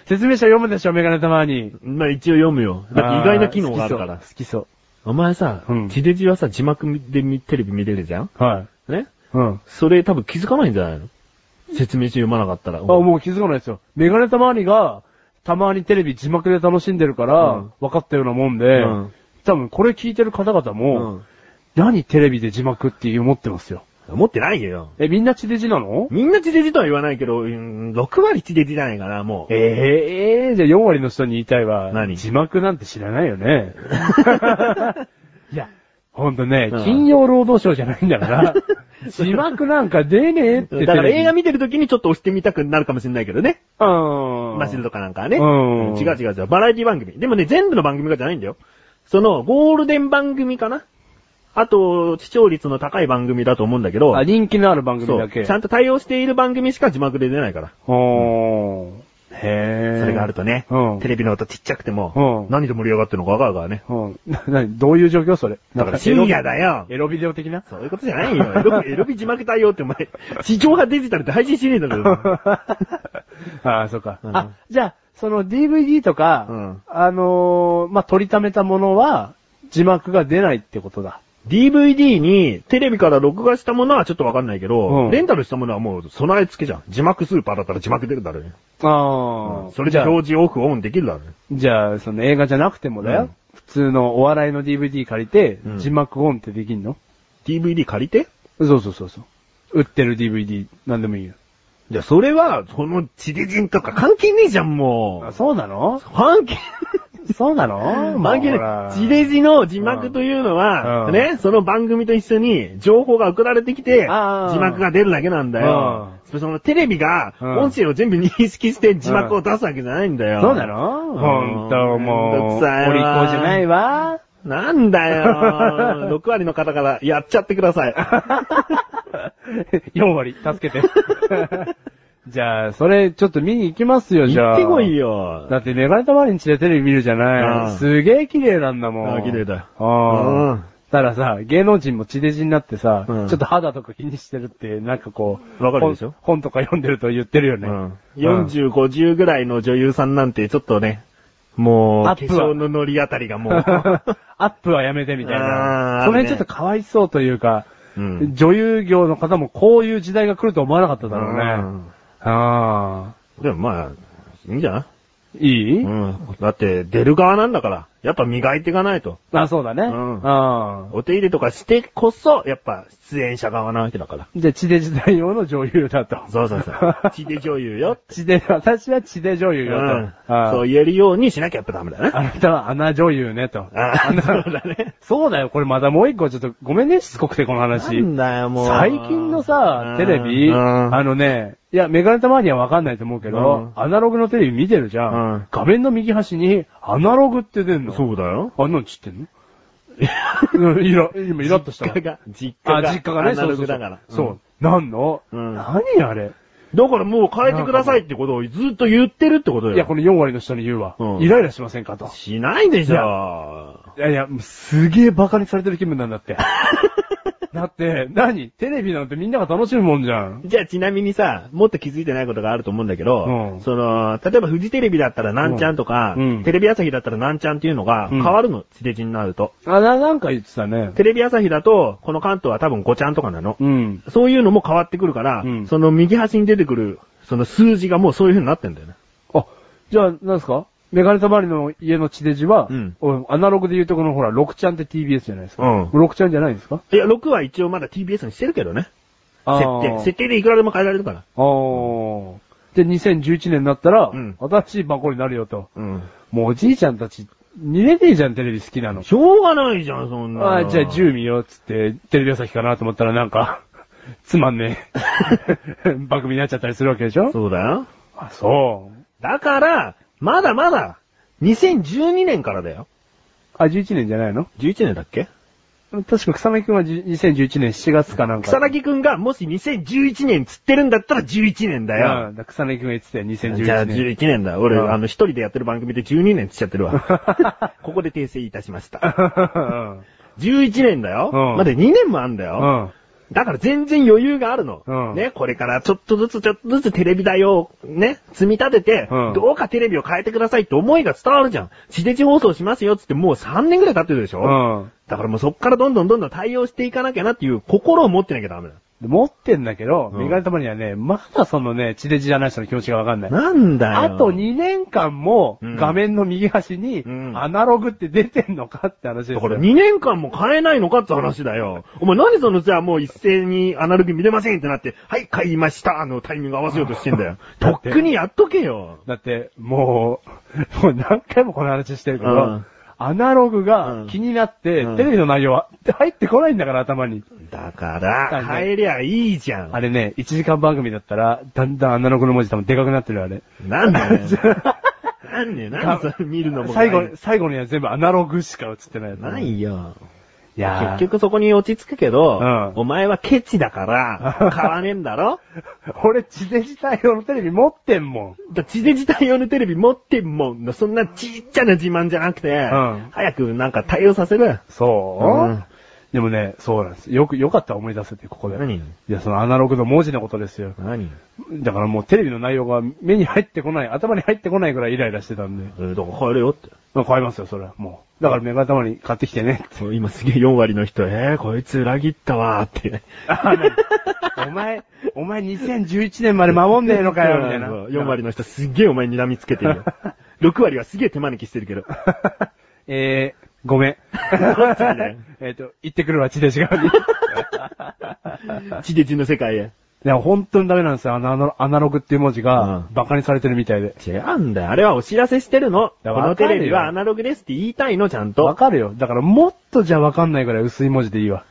Speaker 2: 説明書読むでしょ、メガネたまに。
Speaker 1: まあ一応読むよ。だって意外な機能があるか
Speaker 2: ー
Speaker 1: ら
Speaker 2: 好。きそう。好
Speaker 1: お前さ
Speaker 2: うん、
Speaker 1: 地デジはさ、字幕で見テレビ見れるじゃん
Speaker 2: きそうはい。
Speaker 1: ね
Speaker 2: うん。
Speaker 1: それ多分気づかないんじゃないの説明書読まなかったら。あ、
Speaker 2: あ、もう気づかないですよ。メガネたまにが、たまにテレビ字幕で楽しんでるから、
Speaker 1: うん
Speaker 2: 分かったようなもんで、
Speaker 1: うん
Speaker 2: 多分これ聞いてる方々も、
Speaker 1: うん
Speaker 2: 何テレビで字幕って思ってますよ。
Speaker 1: 持ってないよ。
Speaker 2: え、みんな地デジなの
Speaker 1: みんな地デジとは言わないけど、うん6割地デジじゃないかな、もう。
Speaker 2: ええじゃあ4割の人に言いたいわ。
Speaker 1: 何
Speaker 2: 字幕なんて知らない よね。いや、ほんとね、
Speaker 1: うん
Speaker 2: 金曜労働省じゃないん だから、字幕なんか出ねえって。
Speaker 1: だから映画
Speaker 2: 見、
Speaker 1: 見てる時にちょっと押してみたくなるかもしれないけどね。
Speaker 2: うん。
Speaker 1: マシルとかなんかはね。
Speaker 2: うん
Speaker 1: 違う違う違う。バラエティ番組。でもね、全部の番組がじゃないんだよ。その、ゴールデン番組かなあと、視聴率の高い番組だと思うんだけど、
Speaker 2: あ、人気のある番組
Speaker 1: そ
Speaker 2: だ
Speaker 1: う。
Speaker 2: け。
Speaker 1: ちゃんと対応している番組しか字幕で出ないから。
Speaker 2: おー。へえ。
Speaker 1: それがあるとね、
Speaker 2: うん
Speaker 1: テレビの音ちっちゃくても、
Speaker 2: うん
Speaker 1: 何で盛り上がってるのかわかるからね。
Speaker 2: うん。な、なに、どういう状況それ。
Speaker 1: だから深夜だよ。
Speaker 2: エロビデオ的な
Speaker 1: そういうことじゃないよ。エロビ、エロビ字幕対応ってお前、地上波デジタルって配信しねえんだから。
Speaker 2: ああ、そっか。
Speaker 1: うん
Speaker 2: あ、じゃあ、その DVD とか、
Speaker 1: うん
Speaker 2: あのー、まあ、取りためたものは、字幕が出ないってことだ。
Speaker 1: DVD にテレビから録画したものはちょっとわかんないけど、
Speaker 2: うん
Speaker 1: レンタルしたものはもう備え付けじゃん。字幕スーパーだったら字幕出るだろうね。
Speaker 2: ああ
Speaker 1: それじゃ表示オフオンできるだろうね。
Speaker 2: じゃあ、その映画じゃなくてもだよ。
Speaker 1: うん
Speaker 2: 普通のお笑いの DVD 借りて
Speaker 1: う、ん
Speaker 2: 字幕オンってできんの、
Speaker 1: DVD 借りて
Speaker 2: そうそうそうそう。売ってる DVD、なんでもいいよ。
Speaker 1: じゃあそれは、その地理人とか関係ねえじゃん、もう。
Speaker 2: そうなの
Speaker 1: 関係、
Speaker 2: そうな の
Speaker 1: 関係
Speaker 2: ほ
Speaker 1: な
Speaker 2: ら
Speaker 1: い。地デジの字幕というのは、
Speaker 2: うん
Speaker 1: ね、その番組と一緒に情報が送られてきて、字
Speaker 2: あー
Speaker 1: 幕が出るだけなんだよ。そのテレビが、
Speaker 2: うん
Speaker 1: 音声を全部認識して字幕を出すわけじゃないんだよ。
Speaker 2: そうなのほんと、もう、
Speaker 1: めんどくさいわ
Speaker 2: お利口じゃない わ。
Speaker 1: なんだ よ。6割の方からやっちゃってください。
Speaker 2: 4割、助け て。じゃあ、それ、ちょっと見に行きますよ、 じ
Speaker 1: 行
Speaker 2: ゃ
Speaker 1: っ
Speaker 2: あ。
Speaker 1: てこい。よ。
Speaker 2: だって、メガネたまりんちでテレビ見るじゃな
Speaker 1: う
Speaker 2: い。
Speaker 1: ん
Speaker 2: すげえ綺麗なんだもん。
Speaker 1: あ綺麗だ
Speaker 2: あ
Speaker 1: う
Speaker 2: あ
Speaker 1: ん。
Speaker 2: たださ、芸能人も地デジになってさ、
Speaker 1: うん
Speaker 2: ちょっと肌とか気にしてるって、なんかこう、
Speaker 1: わかるでしょ
Speaker 2: 本本とか読んでると言ってるよ
Speaker 1: う
Speaker 2: ね。
Speaker 1: ん、40、50ぐらいの女優さんなんてちょっとね、もう、
Speaker 2: ア
Speaker 1: 化
Speaker 2: ップは
Speaker 1: 粧のノリあたりが もう、
Speaker 2: アップはやめてみたいな。
Speaker 1: あー
Speaker 2: そ
Speaker 1: あ
Speaker 2: の
Speaker 1: る
Speaker 2: 辺
Speaker 1: ね
Speaker 2: ちょっとかわいそうというか、
Speaker 1: うん
Speaker 2: 女優業の方もこういう時代が来ると思わなかっただろうね。
Speaker 1: うん
Speaker 2: ああ。
Speaker 1: でもまあ、いいんじゃない
Speaker 2: いい、
Speaker 1: うん。だって、出る側なんだから、やっぱ磨いていかないと。
Speaker 2: あ、そうだね。
Speaker 1: うん
Speaker 2: あ
Speaker 1: お手入れとかしてこそ、やっぱ、出演者側なわけだから。
Speaker 2: ーじゃあ、地デジ代用の女優だと。
Speaker 1: そうそうそう。地で女優よ。
Speaker 2: 地デ、私は地デ女
Speaker 1: う
Speaker 2: 優よと。
Speaker 1: ん。
Speaker 2: あー
Speaker 1: そう言えるようにしなきゃやっぱダメだね。
Speaker 2: あなたは穴女優ね、と。
Speaker 1: あーそうだね。
Speaker 2: そうだよ、これまたもう一個ちょっと、ごめんね、しつこくてこの話。
Speaker 1: だよ、
Speaker 2: 最近のさ、テレビ、あのね、いや、メガネたまにはわかんないと思うけど、アナログのテレビ見てるじゃん。
Speaker 1: うん
Speaker 2: 画面の右端に、アナログって出んの。
Speaker 1: そうだよ。
Speaker 2: あんなんちってんの うんイラ、今イラっとしたわ。
Speaker 1: 実家が、実
Speaker 2: あ
Speaker 1: 家、が、
Speaker 2: 実家がね、
Speaker 1: アナ
Speaker 2: そう
Speaker 1: ロ
Speaker 2: そ
Speaker 1: グ
Speaker 2: うそう
Speaker 1: だから。
Speaker 2: そう。なんの
Speaker 1: うん
Speaker 2: 何あれ
Speaker 1: うん。だからもう変えてくださいってことをずっと言ってるってことよ。
Speaker 2: いや、この4割の人に言うわ
Speaker 1: う。ん
Speaker 2: イライラしませんかと。
Speaker 1: しないでし
Speaker 2: いや
Speaker 1: ょ。
Speaker 2: いやいや、すげえバカにされてる気分なん だって。だって、何テレビなんてみんなが楽しむもんじゃん。
Speaker 1: じゃあちなみにさ、もっと気づいてないことがあると思うんだけど、
Speaker 2: うん
Speaker 1: その、例えばフジテレビだったらなんちゃんとか、
Speaker 2: うん
Speaker 1: テレビ朝日だったらなんちゃんっていうのが
Speaker 2: うん
Speaker 1: 変わるの、地デジになると。
Speaker 2: あ、な、なんか言ってたね。
Speaker 1: テレビ朝日だと、この関東は多分5ちゃんとかなの。
Speaker 2: うん。
Speaker 1: そういうのも変わってくるから、
Speaker 2: うん
Speaker 1: その右端に出てくる、その数字がもうそういう風になってんだよね。
Speaker 2: あ、じゃあ、なんすかメガネたまりの家の地デジは、
Speaker 1: うん
Speaker 2: おアナログで言うとこのほら、6ちゃんって TBS じゃないですか。
Speaker 1: うん
Speaker 2: 6ちゃんじゃないんですか
Speaker 1: いや、6は一応まだ TBS にしてるけどね。設定。設定でいくらでも変えられるから。
Speaker 2: あー。で、2011年になったら、
Speaker 1: うん
Speaker 2: 新しい箱になるよと。
Speaker 1: うん。
Speaker 2: もうおじいちゃんたち、見れねえじゃん、テレビ好きなの。
Speaker 1: しょうがないじゃん、そんなの。
Speaker 2: あーじゃあ10見ようっつって、テレビ朝日かなと思ったらなんか、 つまんねえ。 番組になっちゃったりするわけでしょ
Speaker 1: そうだよ。
Speaker 2: あ、そう。
Speaker 1: だから、まだまだ、2012年からだよ。
Speaker 2: あ、11年じゃないの
Speaker 1: 11年だっけ
Speaker 2: う確か草薙くんはじ2011年7月かなんか。
Speaker 1: 草薙くんがもし2011年つってるんだったら11年だよ。
Speaker 2: うんだから草薙くんが言ってたよ、2011年。
Speaker 1: じゃあ11年だ。俺、
Speaker 2: うん
Speaker 1: あの、一人でやってる番組で12年つっちゃってる わ。ここで訂正いたしました。11年だよ。
Speaker 2: うん
Speaker 1: まだ2年もあんだ
Speaker 2: う
Speaker 1: よ。
Speaker 2: ん。うん。
Speaker 1: だから全然余裕があるの。
Speaker 2: うん
Speaker 1: ね、これからちょっとずつちょっとずつテレビ台をね、積み立てて、
Speaker 2: うん
Speaker 1: どうかテレビを変えてくださいって思いが伝わるじゃん。地デジ放送しますよっつってもう3年ぐらい経ってるでしょ、
Speaker 2: うん。
Speaker 1: だからもうそっからどんどんどんどん対応していかなきゃなっていう心を持ってなきゃダメだ。
Speaker 2: で持ってんだけど、
Speaker 1: うん
Speaker 2: メガネたまにはね、まだそのね、地デジじゃない人の気持ちがわかんない。
Speaker 1: なんだよ。
Speaker 2: あと2年間も、
Speaker 1: うん
Speaker 2: 画面の右端に
Speaker 1: う、ん
Speaker 2: アナログって出てんのかって話です
Speaker 1: だ
Speaker 2: よ。
Speaker 1: から2年間も変えないのかって話だよ。お前何そのじゃあもう一斉にアナログ見れませんってなって、はい、買いましたあのタイミング合わせようとしてんだよ。と
Speaker 2: だ
Speaker 1: っ
Speaker 2: って
Speaker 1: くにやっとけよ。
Speaker 2: だって、もう、もう何回もこの話してるけど、
Speaker 1: うん
Speaker 2: アナログ
Speaker 1: う
Speaker 2: が
Speaker 1: ん
Speaker 2: 気になって、
Speaker 1: うん
Speaker 2: テレビの内容は入ってこないんだから、頭に。
Speaker 1: だから、
Speaker 2: だね
Speaker 1: 変えりゃいいじゃん。
Speaker 2: あれね、1時間番組だったら、だんだんアナログの文字多分でかくなってるよ、あれ。
Speaker 1: なんだよ。なんだよ、なん でそれ見るのもない
Speaker 2: 最後、最後のやつ全部アナログしか映ってないやつ。
Speaker 1: ないよ。
Speaker 2: いや
Speaker 1: 結
Speaker 2: ー、
Speaker 1: 局そこに落ち着くけど、
Speaker 2: うん
Speaker 1: お前はケチだ から、買わねえんだろ
Speaker 2: 俺、地デジ対応のテレビ持ってんも
Speaker 1: だ地デジ対応のテレビ持ってんもん。そんなちっちゃな自慢じゃなくて、
Speaker 2: ん
Speaker 1: 早くなんか対応させる。
Speaker 2: ん。そう、
Speaker 1: うん
Speaker 2: でもね、そうなんです。よく、よかったら思い出せて、ここで。
Speaker 1: 何
Speaker 2: いや、そのアナログの文字のことですよ。
Speaker 1: 何
Speaker 2: だからもうテレビの内容が目に入ってこない、頭に入ってこないぐらいイライラしてたんで。
Speaker 1: えーだから変えるよって。
Speaker 2: まあ買いますよ、それは。もう。だからメガネたまに買ってきてね。
Speaker 1: そう今すげえ4割の人、えー、こいつ裏切ったわーって。
Speaker 2: お前、お前2011年まで守んねえのかよ、みたいな。
Speaker 1: そう4割の人すっげえお前に睨みつけて るよ。6割はすげえ手招きして るけど。
Speaker 2: えー、ごめん。 えっと、行ってくるわ、地で違 うに。
Speaker 1: 地デジの世界へ。
Speaker 2: いや、本当にダメなんですよ。あの、あのアナログっていう文字が
Speaker 1: う、ん
Speaker 2: バカにされてるみたいで。
Speaker 1: 違うんだよ。あれはお知らせしてるの。こ
Speaker 2: だから
Speaker 1: のテレビ
Speaker 2: わかるよ
Speaker 1: はアナログですって言いたいの、ちゃん
Speaker 2: わ
Speaker 1: と。
Speaker 2: かるよ。だからもっとじゃわかんないぐらい薄い文字でいいわ。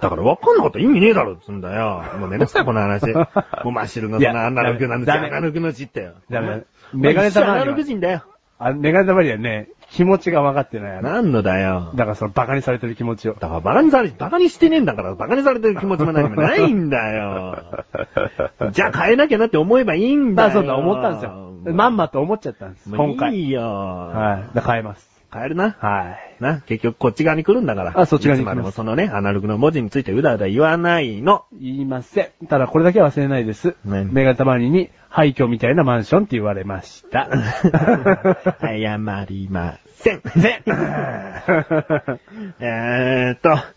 Speaker 1: だからわかんなかったら意味ねえだろ、っつうんだよ。もうめんどくさい、この 話。もう真っ白の
Speaker 2: い
Speaker 1: そ
Speaker 2: や
Speaker 1: のアナログなの字、
Speaker 2: ダメ
Speaker 1: アナログの字ってよ。
Speaker 2: ダメだ
Speaker 1: お前
Speaker 2: メガネ
Speaker 1: 一緒
Speaker 2: 玉
Speaker 1: ア
Speaker 2: には
Speaker 1: ナログ人だよ。
Speaker 2: あメガネたまりはね、気持ちがわかってない。あれ
Speaker 1: なんのだよ。
Speaker 2: だからそのバカにされてる気持ちを。
Speaker 1: だからバカにされ、バカにしてねえんだから、バカにされてる気持ちも何もないんだよ。 じゃあ変えなきゃなって思えばいいんだ
Speaker 2: ま
Speaker 1: よ。
Speaker 2: あそうだ、思ったんですよ。まんまと思っちゃったんです、
Speaker 1: もう
Speaker 2: 今回。
Speaker 1: いいよ。
Speaker 2: はい。だから変えます。
Speaker 1: 変えるな。
Speaker 2: はい。
Speaker 1: な、結局こっち側に来るんだから。
Speaker 2: あそっち側に
Speaker 1: いつ
Speaker 2: 来
Speaker 1: ま
Speaker 2: ます
Speaker 1: でもそのね、アナログの文字についてうだうだ言わないの。
Speaker 2: 言いません。ただこれだけは忘れないです。
Speaker 1: ね
Speaker 2: メガネたまりに廃墟みたいなマンションって言われま した。
Speaker 1: 謝りません。 えーっと、あ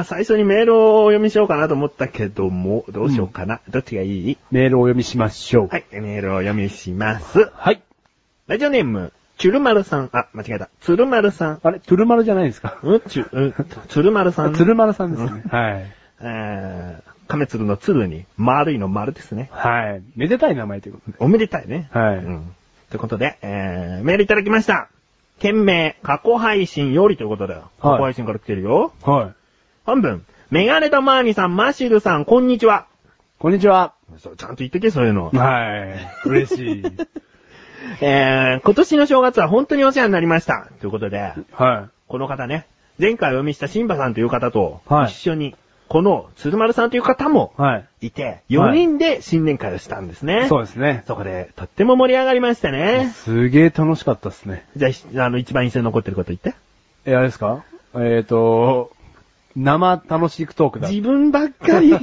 Speaker 1: ー、最初にメールをお読みしようかなと思ったけども、どうしようかな。どっちがいい
Speaker 2: メールをお読みしましょう。。
Speaker 1: はいい、メールをお読みします。
Speaker 2: はい。
Speaker 1: ラジオネーム、チュルマルさん。あ、間違えた。ツルマルさん。
Speaker 2: あれ、鶴丸じゃないですか。
Speaker 1: うんちゅ、うん、ツルマルさん。
Speaker 2: 鶴丸さんですね。はい。
Speaker 1: えー、カメツルのツルに、丸いの丸ですね。
Speaker 2: はい。めでたい名前ということで。
Speaker 1: おめでたいね。
Speaker 2: はい
Speaker 1: うん。ということで、えー、メールいただきました。件名、過去配信よりということだよ。過去配信から来てるよ。
Speaker 2: はい。
Speaker 1: 本文、メガネタマーニさん、マシルさん、こんにちは。
Speaker 2: こんにちは。
Speaker 1: そうちゃんと言ってけ、そういうの。
Speaker 2: はい。嬉し い。
Speaker 1: えー、今年の正月は本当にお世話になりました。ということで、
Speaker 2: は
Speaker 1: この方ね、前回お読みしたシンバさんという方と、
Speaker 2: はい
Speaker 1: 一緒に、この鶴丸さんという方も
Speaker 2: い。はい
Speaker 1: て、4人で新年会をしたんですね。
Speaker 2: い。そうですね。
Speaker 1: そこで、とっても盛り上がりましたね。
Speaker 2: すげえ楽しかったですね。
Speaker 1: じゃあひ、あの、一番印象に残ってること言って。
Speaker 2: え、あれですかえっ、と、生楽しくトークだって
Speaker 1: 自分ばっか り。うん、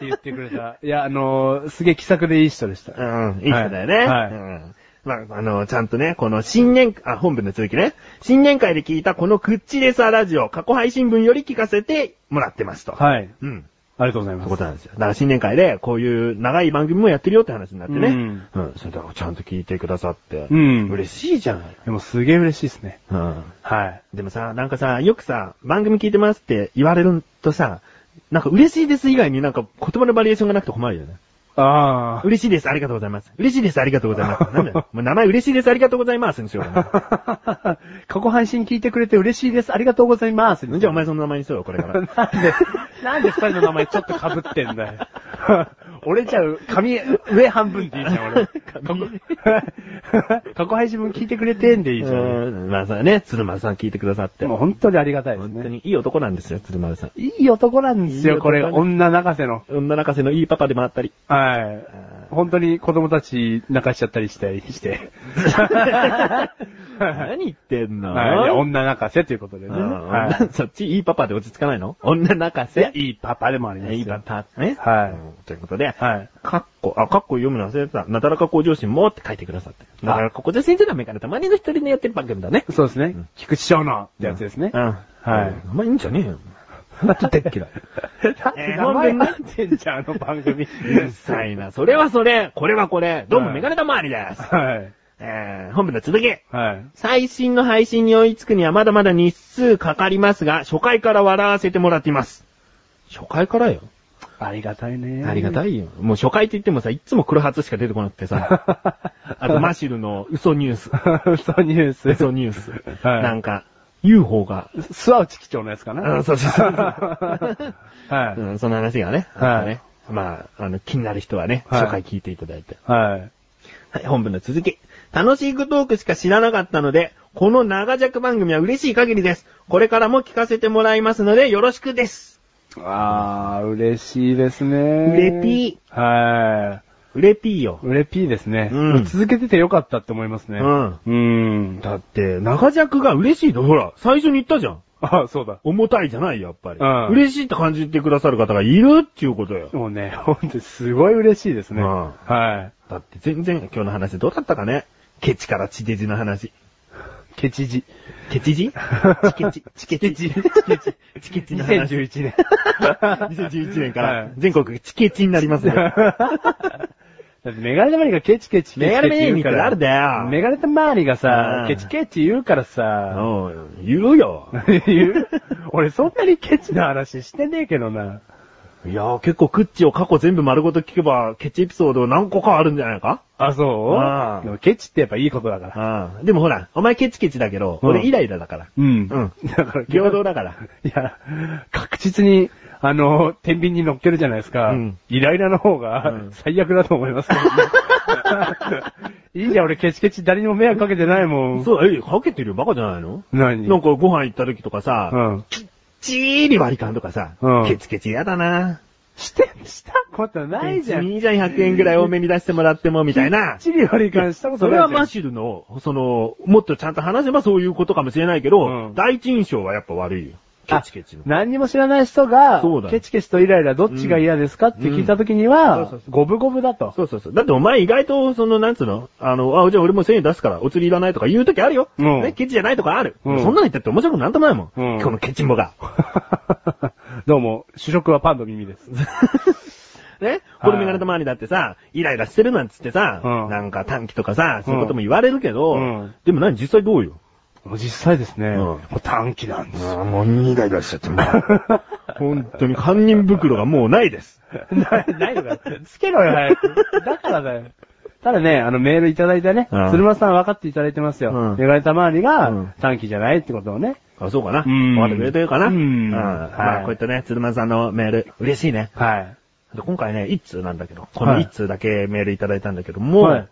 Speaker 2: 言ってくれた。いや、あのーすげえ気さくでいい人でした。
Speaker 1: いい人だよね。
Speaker 2: はい
Speaker 1: うんまあ、あの、ちゃんとね、この新年、あ、本文の続きね。新年会で聞いたこのクッチレサラジオ、過去配信分より聞かせてもらってますと。
Speaker 2: はい。
Speaker 1: うん。
Speaker 2: ありがとうござい
Speaker 1: そういう
Speaker 2: ます
Speaker 1: こ。となんですよ。だから新年会で、こういう長い番組もやってるよって話になってね。
Speaker 2: うん
Speaker 1: うん。それだからちゃんと聞いてくださって。
Speaker 2: うん
Speaker 1: 嬉しいじゃん。
Speaker 2: でもすげえ嬉しいですね。
Speaker 1: うん。
Speaker 2: はい。
Speaker 1: でもさ、なんかさ、よくさ、番組聞いてますって言われるとさ、なんか嬉しいです以外になんか言葉のバリエーションがなくて困るよね。
Speaker 2: あ
Speaker 1: 嬉しいです、ありがとうございます。嬉しいです、ありがとうござい ます。なんだよ。もう名前嬉しいです、ありがとうございますにしようか
Speaker 2: あ。過去配信聞いてくれて嬉しいです。ありがとうございます。
Speaker 1: な。じゃあお前その名前にしようよ、これから。
Speaker 2: なんで、なんで二人の名前ちょっと被ってんだよ。 折れちゃう、髪、上半分でいいじゃん、俺。過去過去配信分聞いてくれてんでいいじゃん。
Speaker 1: うんまあさね、鶴丸さん聞いてくださって。
Speaker 2: でも本当にありがたいです
Speaker 1: 本当
Speaker 2: ね。
Speaker 1: にいい男なんですよ、鶴丸さん。
Speaker 2: いい男なんです
Speaker 1: いい
Speaker 2: よ、
Speaker 1: 男
Speaker 2: こ
Speaker 1: だね
Speaker 2: れ。女泣かせの。
Speaker 1: 女泣かせのいいパパでもあったり。
Speaker 2: はい。本当に子供たち泣かしちゃったりしたりして。 はい
Speaker 1: 何言ってんの、
Speaker 2: いや女泣かせということでね。
Speaker 1: うん
Speaker 2: は
Speaker 1: そっちいいパパで落ち着かないの女泣か
Speaker 2: い。いや
Speaker 1: せ。
Speaker 2: いいパパでもありますよ。
Speaker 1: いいパパ。ね。
Speaker 2: はい
Speaker 1: うんということで、
Speaker 2: はい。
Speaker 1: かっこ、あ、かっこ読むの忘れてた。なだらか向上心もって書いてくださって。なだらか向上心っていうのはメガネたまにの一人でやってる番組だね。
Speaker 2: そうですね
Speaker 1: ん。
Speaker 2: 菊池翔のってやつですね。
Speaker 1: うん。
Speaker 2: はい
Speaker 1: うんあんまいいんじゃねえよ。だって大っ嫌い。
Speaker 2: えー名前になってんじゃん、あの番組。
Speaker 1: うるさいな。それはそれ。これはこれ。どうも
Speaker 2: はい
Speaker 1: メガネたまわりです。
Speaker 2: はい。
Speaker 1: えー、本部の続き。
Speaker 2: はい。
Speaker 1: 最新の配信に追いつくにはまだまだ日数かかりますが、初回から笑わせてもらっています。初回からよ。
Speaker 2: ありがたいね。
Speaker 1: ありがた
Speaker 2: い。
Speaker 1: いよ。もう初回って言ってもさ、いつも黒髪しか出てこなくてさ。 あと、マシルの嘘ニュー ス。
Speaker 2: そうニュース。
Speaker 1: 嘘ニュース。
Speaker 2: はい
Speaker 1: なんか、UFO が、
Speaker 2: スワウチ機長のやつか
Speaker 1: う
Speaker 2: な。
Speaker 1: ん、そうそうそう。
Speaker 2: は
Speaker 1: うん、その話がね、
Speaker 2: はい
Speaker 1: あったね。まあ、あの、気になる人はね、
Speaker 2: はい
Speaker 1: 初回聞いていただいて。
Speaker 2: い。はい。
Speaker 1: はい、本文の続き。楽しいトークしか知らなかったので、この長尺番組は嬉しい限りです。これからも聞かせてもらいますので、よろしくです。
Speaker 2: あー、嬉しいですね。
Speaker 1: うれぴ
Speaker 2: ー。は
Speaker 1: うれぴーよ
Speaker 2: い。。うれぴーですね。
Speaker 1: うん
Speaker 2: 続けててよかったって思いますね。
Speaker 1: うん。
Speaker 2: うん。だ
Speaker 1: だって、長尺が嬉しいと、ほら、最初に言ったじゃん。
Speaker 2: あ、そうだ。
Speaker 1: 重たいじゃない、やっぱり。
Speaker 2: うん
Speaker 1: 嬉しいって感じてくださる方がいるっていうことよ。
Speaker 2: もうね、ほんとにすごい嬉しいですね。
Speaker 1: うん
Speaker 2: は
Speaker 1: だって全然今日の話どうだったかねケチからチデジの話。
Speaker 2: い。ケチジ。
Speaker 1: ケチジチケチ、チケチ。チケチ、チ ケチの話。
Speaker 2: 2011年。
Speaker 1: 2011年か
Speaker 2: は
Speaker 1: ら
Speaker 2: い
Speaker 1: 全国チケチになりますね。
Speaker 2: だってメガネたまりがケチケチケチケチ
Speaker 1: メガネたまり
Speaker 2: 言
Speaker 1: に
Speaker 2: うから。
Speaker 1: なるだよ
Speaker 2: メガネたまりが
Speaker 1: う
Speaker 2: さ
Speaker 1: ん、
Speaker 2: ケチケチ言うからさ、
Speaker 1: うん、言うよ。
Speaker 2: 言う俺そんなにケチな話してねえけどな。
Speaker 1: いやー結構クッチを過去全部丸ごと聞けば、ケチエピソード何個かあるんじゃないか
Speaker 2: あ、
Speaker 1: あ
Speaker 2: そ
Speaker 1: あ
Speaker 2: うでもケチってやっぱいいことだから。
Speaker 1: うん。でもほら、お前ケチケチだけど、
Speaker 2: うん
Speaker 1: 俺イライラだから。
Speaker 2: うん
Speaker 1: うん。
Speaker 2: だから、
Speaker 1: 平等だから。
Speaker 2: いや、確実に、あの、天秤に乗っけるじゃないですか。
Speaker 1: うん
Speaker 2: イライラの方
Speaker 1: う
Speaker 2: が
Speaker 1: ん
Speaker 2: 最悪だと思いますけ どね、いいんだよ、俺ケチケチ誰にも迷惑かけてないもん。
Speaker 1: そう、え、かけてるよ、バカじゃないの
Speaker 2: 何
Speaker 1: なんかご飯行った時とかさ、
Speaker 2: うん。
Speaker 1: チーリ割り勘とかさ、
Speaker 2: うん
Speaker 1: ケチケチ嫌だな
Speaker 2: して、したことないじゃん。
Speaker 1: いいじゃん、100円ぐらい多めに出してもらっても、みたいな。
Speaker 2: チリ割り勘したこ
Speaker 1: そ
Speaker 2: とない
Speaker 1: れ
Speaker 2: じゃ
Speaker 1: は
Speaker 2: ん。
Speaker 1: マシルの、その、もっとちゃんと話せばそういうことかもしれないけど、
Speaker 2: うん
Speaker 1: 第一印象はやっぱ悪いよ。ケチケチの。
Speaker 2: 何にも知らない人が
Speaker 1: そうだ、よ
Speaker 2: ケチケチとイライラどっちが嫌ですかって聞いたときに
Speaker 1: うんうんそう
Speaker 2: は
Speaker 1: そう、そう
Speaker 2: 五分五分だと。
Speaker 1: そうそうそう。だってお前意外と、その、なんつうのあの、あ、じゃあ俺も1000円出すから、お釣りいらないとか言う時あるよ。
Speaker 2: うん
Speaker 1: ね、ケチじゃないとかある。
Speaker 2: うん
Speaker 1: そんなの言ったって面白くなんともないもん。
Speaker 2: うん
Speaker 1: このケチンボが。
Speaker 2: どうも、主食はパンの耳 です。
Speaker 1: ね、これメガネたまわりだってさ、イライラしてるなんつってさ、
Speaker 2: うん
Speaker 1: なんか短期とかさ、そういうことも言われるけど、
Speaker 2: うん
Speaker 1: でも何実際どうよ。
Speaker 2: もう実際ですね、
Speaker 1: ん
Speaker 2: もう短期なんですよ。
Speaker 1: あもうイライラしちゃって 本当に堪忍袋がもうないです。
Speaker 2: ない、ないのかよつけろよ、早く。だからだよ。ただね、あのメールいただいたね、
Speaker 1: うん
Speaker 2: 鶴間さん分かっていただいてますよ。
Speaker 1: うん
Speaker 2: メガネたまわり
Speaker 1: うん
Speaker 2: が短期じゃないってことをね。
Speaker 1: あ、そうかな。
Speaker 2: うん
Speaker 1: わかってくれてるかな。
Speaker 2: うん
Speaker 1: まあ、
Speaker 2: はい
Speaker 1: こういったね、鶴丸さんのメール、嬉しいね。
Speaker 2: はい。
Speaker 1: で今回ね、一通なんだけど、この
Speaker 2: はい
Speaker 1: 一通だけメールいただいたんだけども、
Speaker 2: はい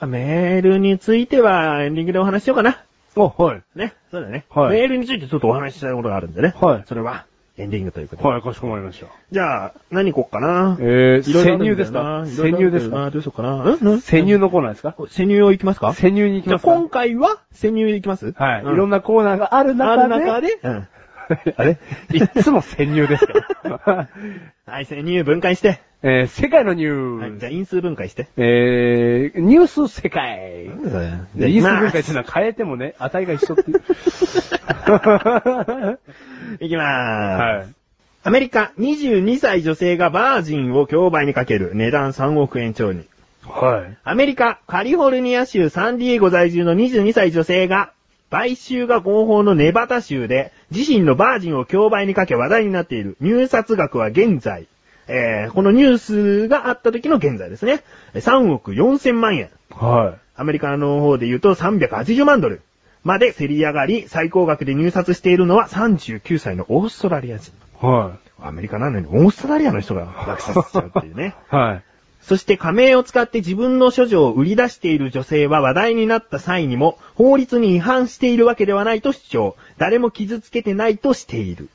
Speaker 1: あメールについてはエンディングでお話ししようかな。
Speaker 2: お、はい。
Speaker 1: ね。そうだね。
Speaker 2: はい
Speaker 1: メールについてちょっとお話ししたいことがあるんでね。
Speaker 2: はい
Speaker 1: それは、エンディングということで。
Speaker 2: はい、かしこまりました。
Speaker 1: じゃあ、何行こっかな。
Speaker 2: えー
Speaker 1: いろいろあるんだよな
Speaker 2: 潜入ですか
Speaker 1: いろいろあるんだよな
Speaker 2: 潜入ですか
Speaker 1: どうしようかな。んん
Speaker 2: 潜入のコーナーですか
Speaker 1: 潜入を行きますか
Speaker 2: 潜入に行き
Speaker 1: じゃ
Speaker 2: ま
Speaker 1: あ
Speaker 2: すか
Speaker 1: 今回は潜入行きます
Speaker 2: はい。い
Speaker 1: うん
Speaker 2: ろんなコーナーがある
Speaker 1: あ
Speaker 2: 中
Speaker 1: る
Speaker 2: で。
Speaker 1: 中で、うん。
Speaker 2: あれいっつも潜入で すから。
Speaker 1: はい、潜入分解して。
Speaker 2: えー世界のニュ
Speaker 1: はい、
Speaker 2: ース。
Speaker 1: じゃあ因数分解して。
Speaker 2: えー、ニュース世界。
Speaker 1: なんだそれ
Speaker 2: で因数分解っていうのは変えてもね、値が一緒っていう。
Speaker 1: いきまーす。
Speaker 2: はい。
Speaker 1: アメリカ、22歳女性がバージンを競売にかける。値段3億円超に。
Speaker 2: はい。
Speaker 1: アメリカ、カリフォルニア州サンディエゴ在住の22歳女性が、買収が合法のネバダ州で、自身のバージンを競売にかけ話題になっている。入札額は現在。えー、このニュースがあった時の現在ですね。3億4千万円。
Speaker 2: は
Speaker 1: アメリカの方で言うと380万ドルまで競り上がり、最高額で入札しているのは39歳のオーストラリア人。
Speaker 2: い。は
Speaker 1: アメリカなのにオーストラリアの人が落札しちゃうっていうね。
Speaker 2: はい。
Speaker 1: そして仮名を使って自分の処女を売り出している女性は話題になった際にも法律に違反しているわけではないと主張。誰も傷つけてないとしている。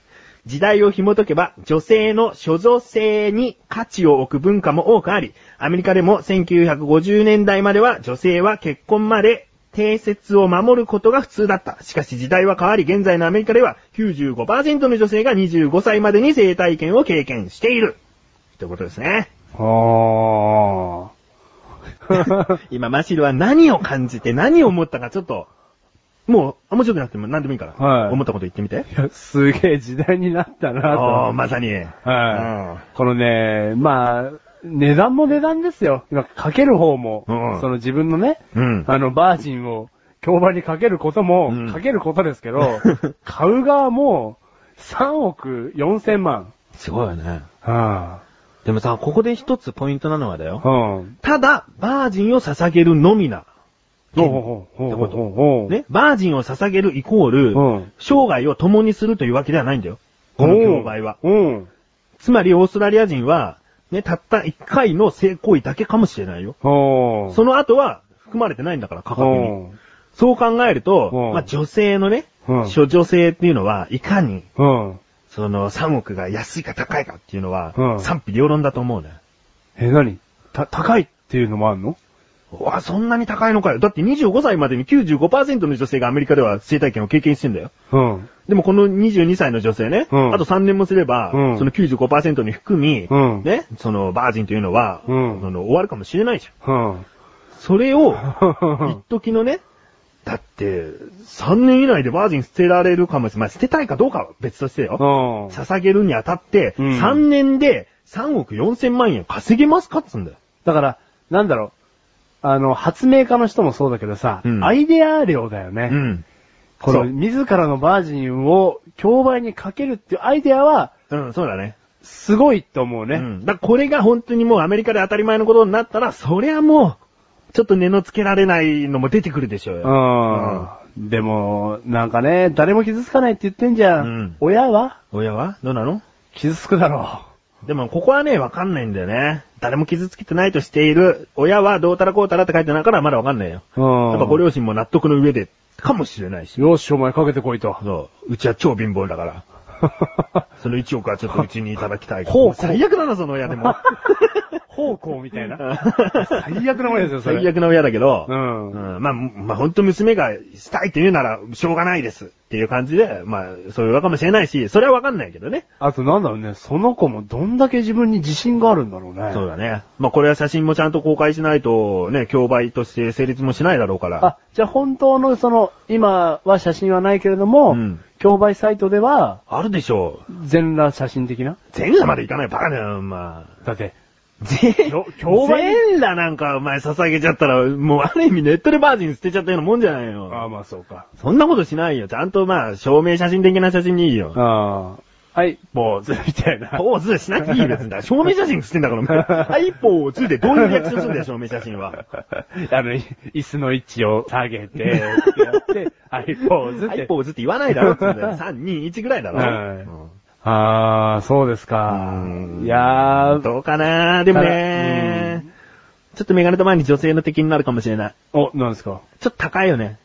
Speaker 1: 時代を紐解けば女性の所蔵性に価値を置く文化も多くあり、アメリカでも1950年代までは女性は結婚まで定説を守ることが普通だった。しかし時代は変わり、現在のアメリカでは95%の女性が25歳までに性体験を経験している。ということですね。
Speaker 2: はあ。
Speaker 1: 今、マシルは何を感じて何を思ったかちょっと、もう、あ面白くなくても何でもいいから、
Speaker 2: はい
Speaker 1: 思ったこと言ってみて。
Speaker 2: いやすげえ時代になったなと
Speaker 1: お
Speaker 2: 思
Speaker 1: ー、
Speaker 2: って。
Speaker 1: まさに。
Speaker 2: はい。このね、まあ、値段も値段ですよ。今、かける方も、
Speaker 1: うん
Speaker 2: その自分のね、
Speaker 1: うん
Speaker 2: あの、バージンを、競売にかけることも、
Speaker 1: うん
Speaker 2: かけることですけど、買う側も、3億4千万。
Speaker 1: すごいよね。
Speaker 2: は
Speaker 1: でもさ、ここで一つポイントなのはだ
Speaker 2: あ
Speaker 1: よ。
Speaker 2: うん。
Speaker 1: ただ、バージンを捧げるのみな。
Speaker 2: ほうほうほう
Speaker 1: って
Speaker 2: ほ
Speaker 1: こ
Speaker 2: う
Speaker 1: と
Speaker 2: ほうほう。
Speaker 1: ね、バージンを捧げるイコール、
Speaker 2: うん
Speaker 1: 生涯を共にするというわけではないんだよ。
Speaker 2: う
Speaker 1: こ
Speaker 2: ん、
Speaker 1: の競売は。
Speaker 2: うん。
Speaker 1: つまり、オーストラリア人は、ね、たった1回の性行為だけかもしれないよ。
Speaker 2: ほう。
Speaker 1: その後は、含まれてないんだから、価格に。
Speaker 2: ほ
Speaker 1: そう考えると、
Speaker 2: うん
Speaker 1: まあ女性のね、
Speaker 2: うん
Speaker 1: 諸女性っていうのは、いかに、
Speaker 2: う。うん。
Speaker 1: その3億が安いか高いかっていうのは、
Speaker 2: うん
Speaker 1: 賛否両論だと思うね。
Speaker 2: え、何た、高いっていうのもあるの
Speaker 1: うわ、そんなに高いのかよ。だって25歳までに95%の女性がアメリカでは生体験を経験してんだよ。
Speaker 2: うん。
Speaker 1: でもこの22歳の女性ね、
Speaker 2: うん
Speaker 1: あと3年もすれば、
Speaker 2: うん
Speaker 1: その95%に含み、
Speaker 2: うん
Speaker 1: ね、そのバージンというのは、
Speaker 2: うん
Speaker 1: その終わるかもしれないじゃん。
Speaker 2: うん。
Speaker 1: それを、一時のね、だって、3年以内でバージン捨てられるかもしれない。まあ、捨てたいかどうかは別としてよ。
Speaker 2: うん。
Speaker 1: 捧げるにあたって、
Speaker 2: うん
Speaker 1: 3年で3億4千万円稼げますかっつうんだよ。
Speaker 2: だから、なんだろう、あの、発明家の人もそうだけどさ、
Speaker 1: うん
Speaker 2: アイデア量だよね。
Speaker 1: ん。
Speaker 2: こ
Speaker 1: そ
Speaker 2: の、
Speaker 1: う
Speaker 2: 自らのバージンを競売にかけるっていうアイデアは、
Speaker 1: うん、そうだね。
Speaker 2: すごいと思うね。
Speaker 1: うん。だからこれが本当にもうアメリカで当たり前のことになったら、そりゃもう、ちょっと値のつけられないのも出てくるでしょう
Speaker 2: う
Speaker 1: よ。
Speaker 2: ん。でも、なんかね、誰も傷つかないって言ってんじゃん。
Speaker 1: うん
Speaker 2: 親は
Speaker 1: 親はどうなの
Speaker 2: 傷つくだろ
Speaker 1: でも、ここはね、わかんないんだよね。誰も傷つけてないとしている。親はどうたらこうたらって書いてないから、まだわかんないよ。
Speaker 2: う。うん。
Speaker 1: やっぱご両親も納得の上で、かもしれないし。
Speaker 2: よし、お前かけてこい と。
Speaker 1: そう。うちは超貧乏だから。その1億はちょっとうちにいただきたい。
Speaker 2: ほう
Speaker 1: 最悪だな、その親で も。
Speaker 2: 方向み たいな。最悪なもんですよ、それ。
Speaker 1: 最悪な親だけど、
Speaker 2: うん
Speaker 1: うんまあ、まあ、本当娘がしたいと言うなら、しょうがないですっていう感じで、まあ、そういうわかもしれないし、それはわかんないけどね。
Speaker 2: あとなんだろうね、その子もどんだけ自分に自信があるんだろうね。
Speaker 1: そうだね。まあ、これは写真もちゃんと公開しないと、ね、競売として成立もしないだろうから。
Speaker 2: あ、じゃあ本当のその、今は写真はないけれども、
Speaker 1: うん
Speaker 2: 競売サイトでは、
Speaker 1: あるでしょう。
Speaker 2: 全裸写真的な
Speaker 1: 全裸までいかないバカだよ、お前。
Speaker 2: だって、
Speaker 1: 全
Speaker 2: ょ競売
Speaker 1: 全裸なんかお前捧げちゃったら、もうある意味ネットでバージン捨てちゃったようなもんじゃないよ。
Speaker 2: まあそうか。
Speaker 1: そんなことしないよ。ちゃんとまあ、証明写真的な写真にいいよ。
Speaker 2: ああ。はい、坊主みたい な。
Speaker 1: ポーズしなくていい ですんだ。証明写真してんだから、お前。はい、ポーズでどういうリアクションするんだよ、証明写真は。
Speaker 2: あの、い椅子の位置を下げて、ってや って、はい、ポーズっ
Speaker 1: はい、
Speaker 2: て。
Speaker 1: ポーズって言わないだろっつうんだよ。3、2、1ぐらいだ ろ。
Speaker 2: はい
Speaker 1: うん
Speaker 2: ああ、そうですか。いやー、
Speaker 1: どうかなでもね
Speaker 2: う
Speaker 1: ちょっとメガネと前に女性の敵になるかもしれない。
Speaker 2: お、何ですか
Speaker 1: ちょっと高いよね。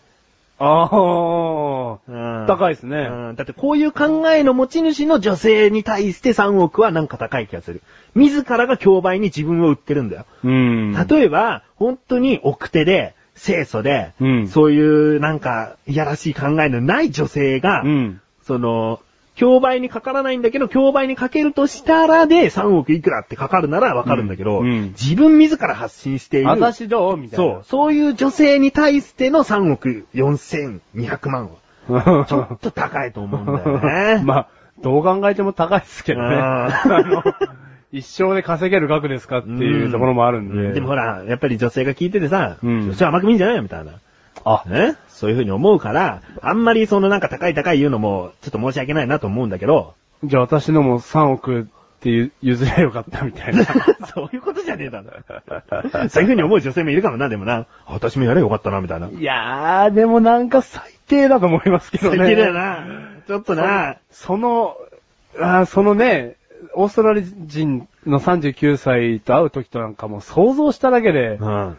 Speaker 2: ああ、高
Speaker 1: 高
Speaker 2: いですね。
Speaker 1: うんだってこういう考えの持ち主の女性に対して3億はなんか高い気がする。自らが競売に自分を売ってるんだよ。
Speaker 2: うん。
Speaker 1: 例えば、本当に奥手で、清楚で、
Speaker 2: うん
Speaker 1: そういうなんか、いやらしい考えのない女性が、
Speaker 2: うん。
Speaker 1: その、競売にかからないんだけど、競売にかけるとしたらで3億いくらってかかるならわかるんだけど、
Speaker 2: うんうん
Speaker 1: 自分自ら発信している、
Speaker 2: 私どうみたい
Speaker 1: そう
Speaker 2: な。、
Speaker 1: そういう女性に対しての3億4200万は、
Speaker 2: そう。
Speaker 1: ちょっと高いと思うんだよ ね。
Speaker 2: まあ、どう考えても高いですけどね。
Speaker 1: うん
Speaker 2: あの、一生で稼げる額ですかっていうところもあるんで。
Speaker 1: うでもほら、やっぱり女性が聞いててさ、
Speaker 2: うん
Speaker 1: 女性は甘く見んじゃないよみたいな。
Speaker 2: あ、
Speaker 1: ねそういうふうに思うから、あんまりそのなんか高い高い言うのも、ちょっと申し訳ないなと思うんだけど、
Speaker 2: じゃあ私のも3億ってゆ譲りゃよかったみたいな。
Speaker 1: そういうことじゃねえだ ろ。そういうふうに思う女性もいるかもな、でもな。私もやれよかったな、みたいな。
Speaker 2: いやー、でもなんか最低だと思いますけど
Speaker 1: 最
Speaker 2: ね。
Speaker 1: 低だよな。ちょっとな。
Speaker 2: その、あーそのね、オーストラリア人の39歳と会う時となんかもう想像しただけで、
Speaker 1: うん。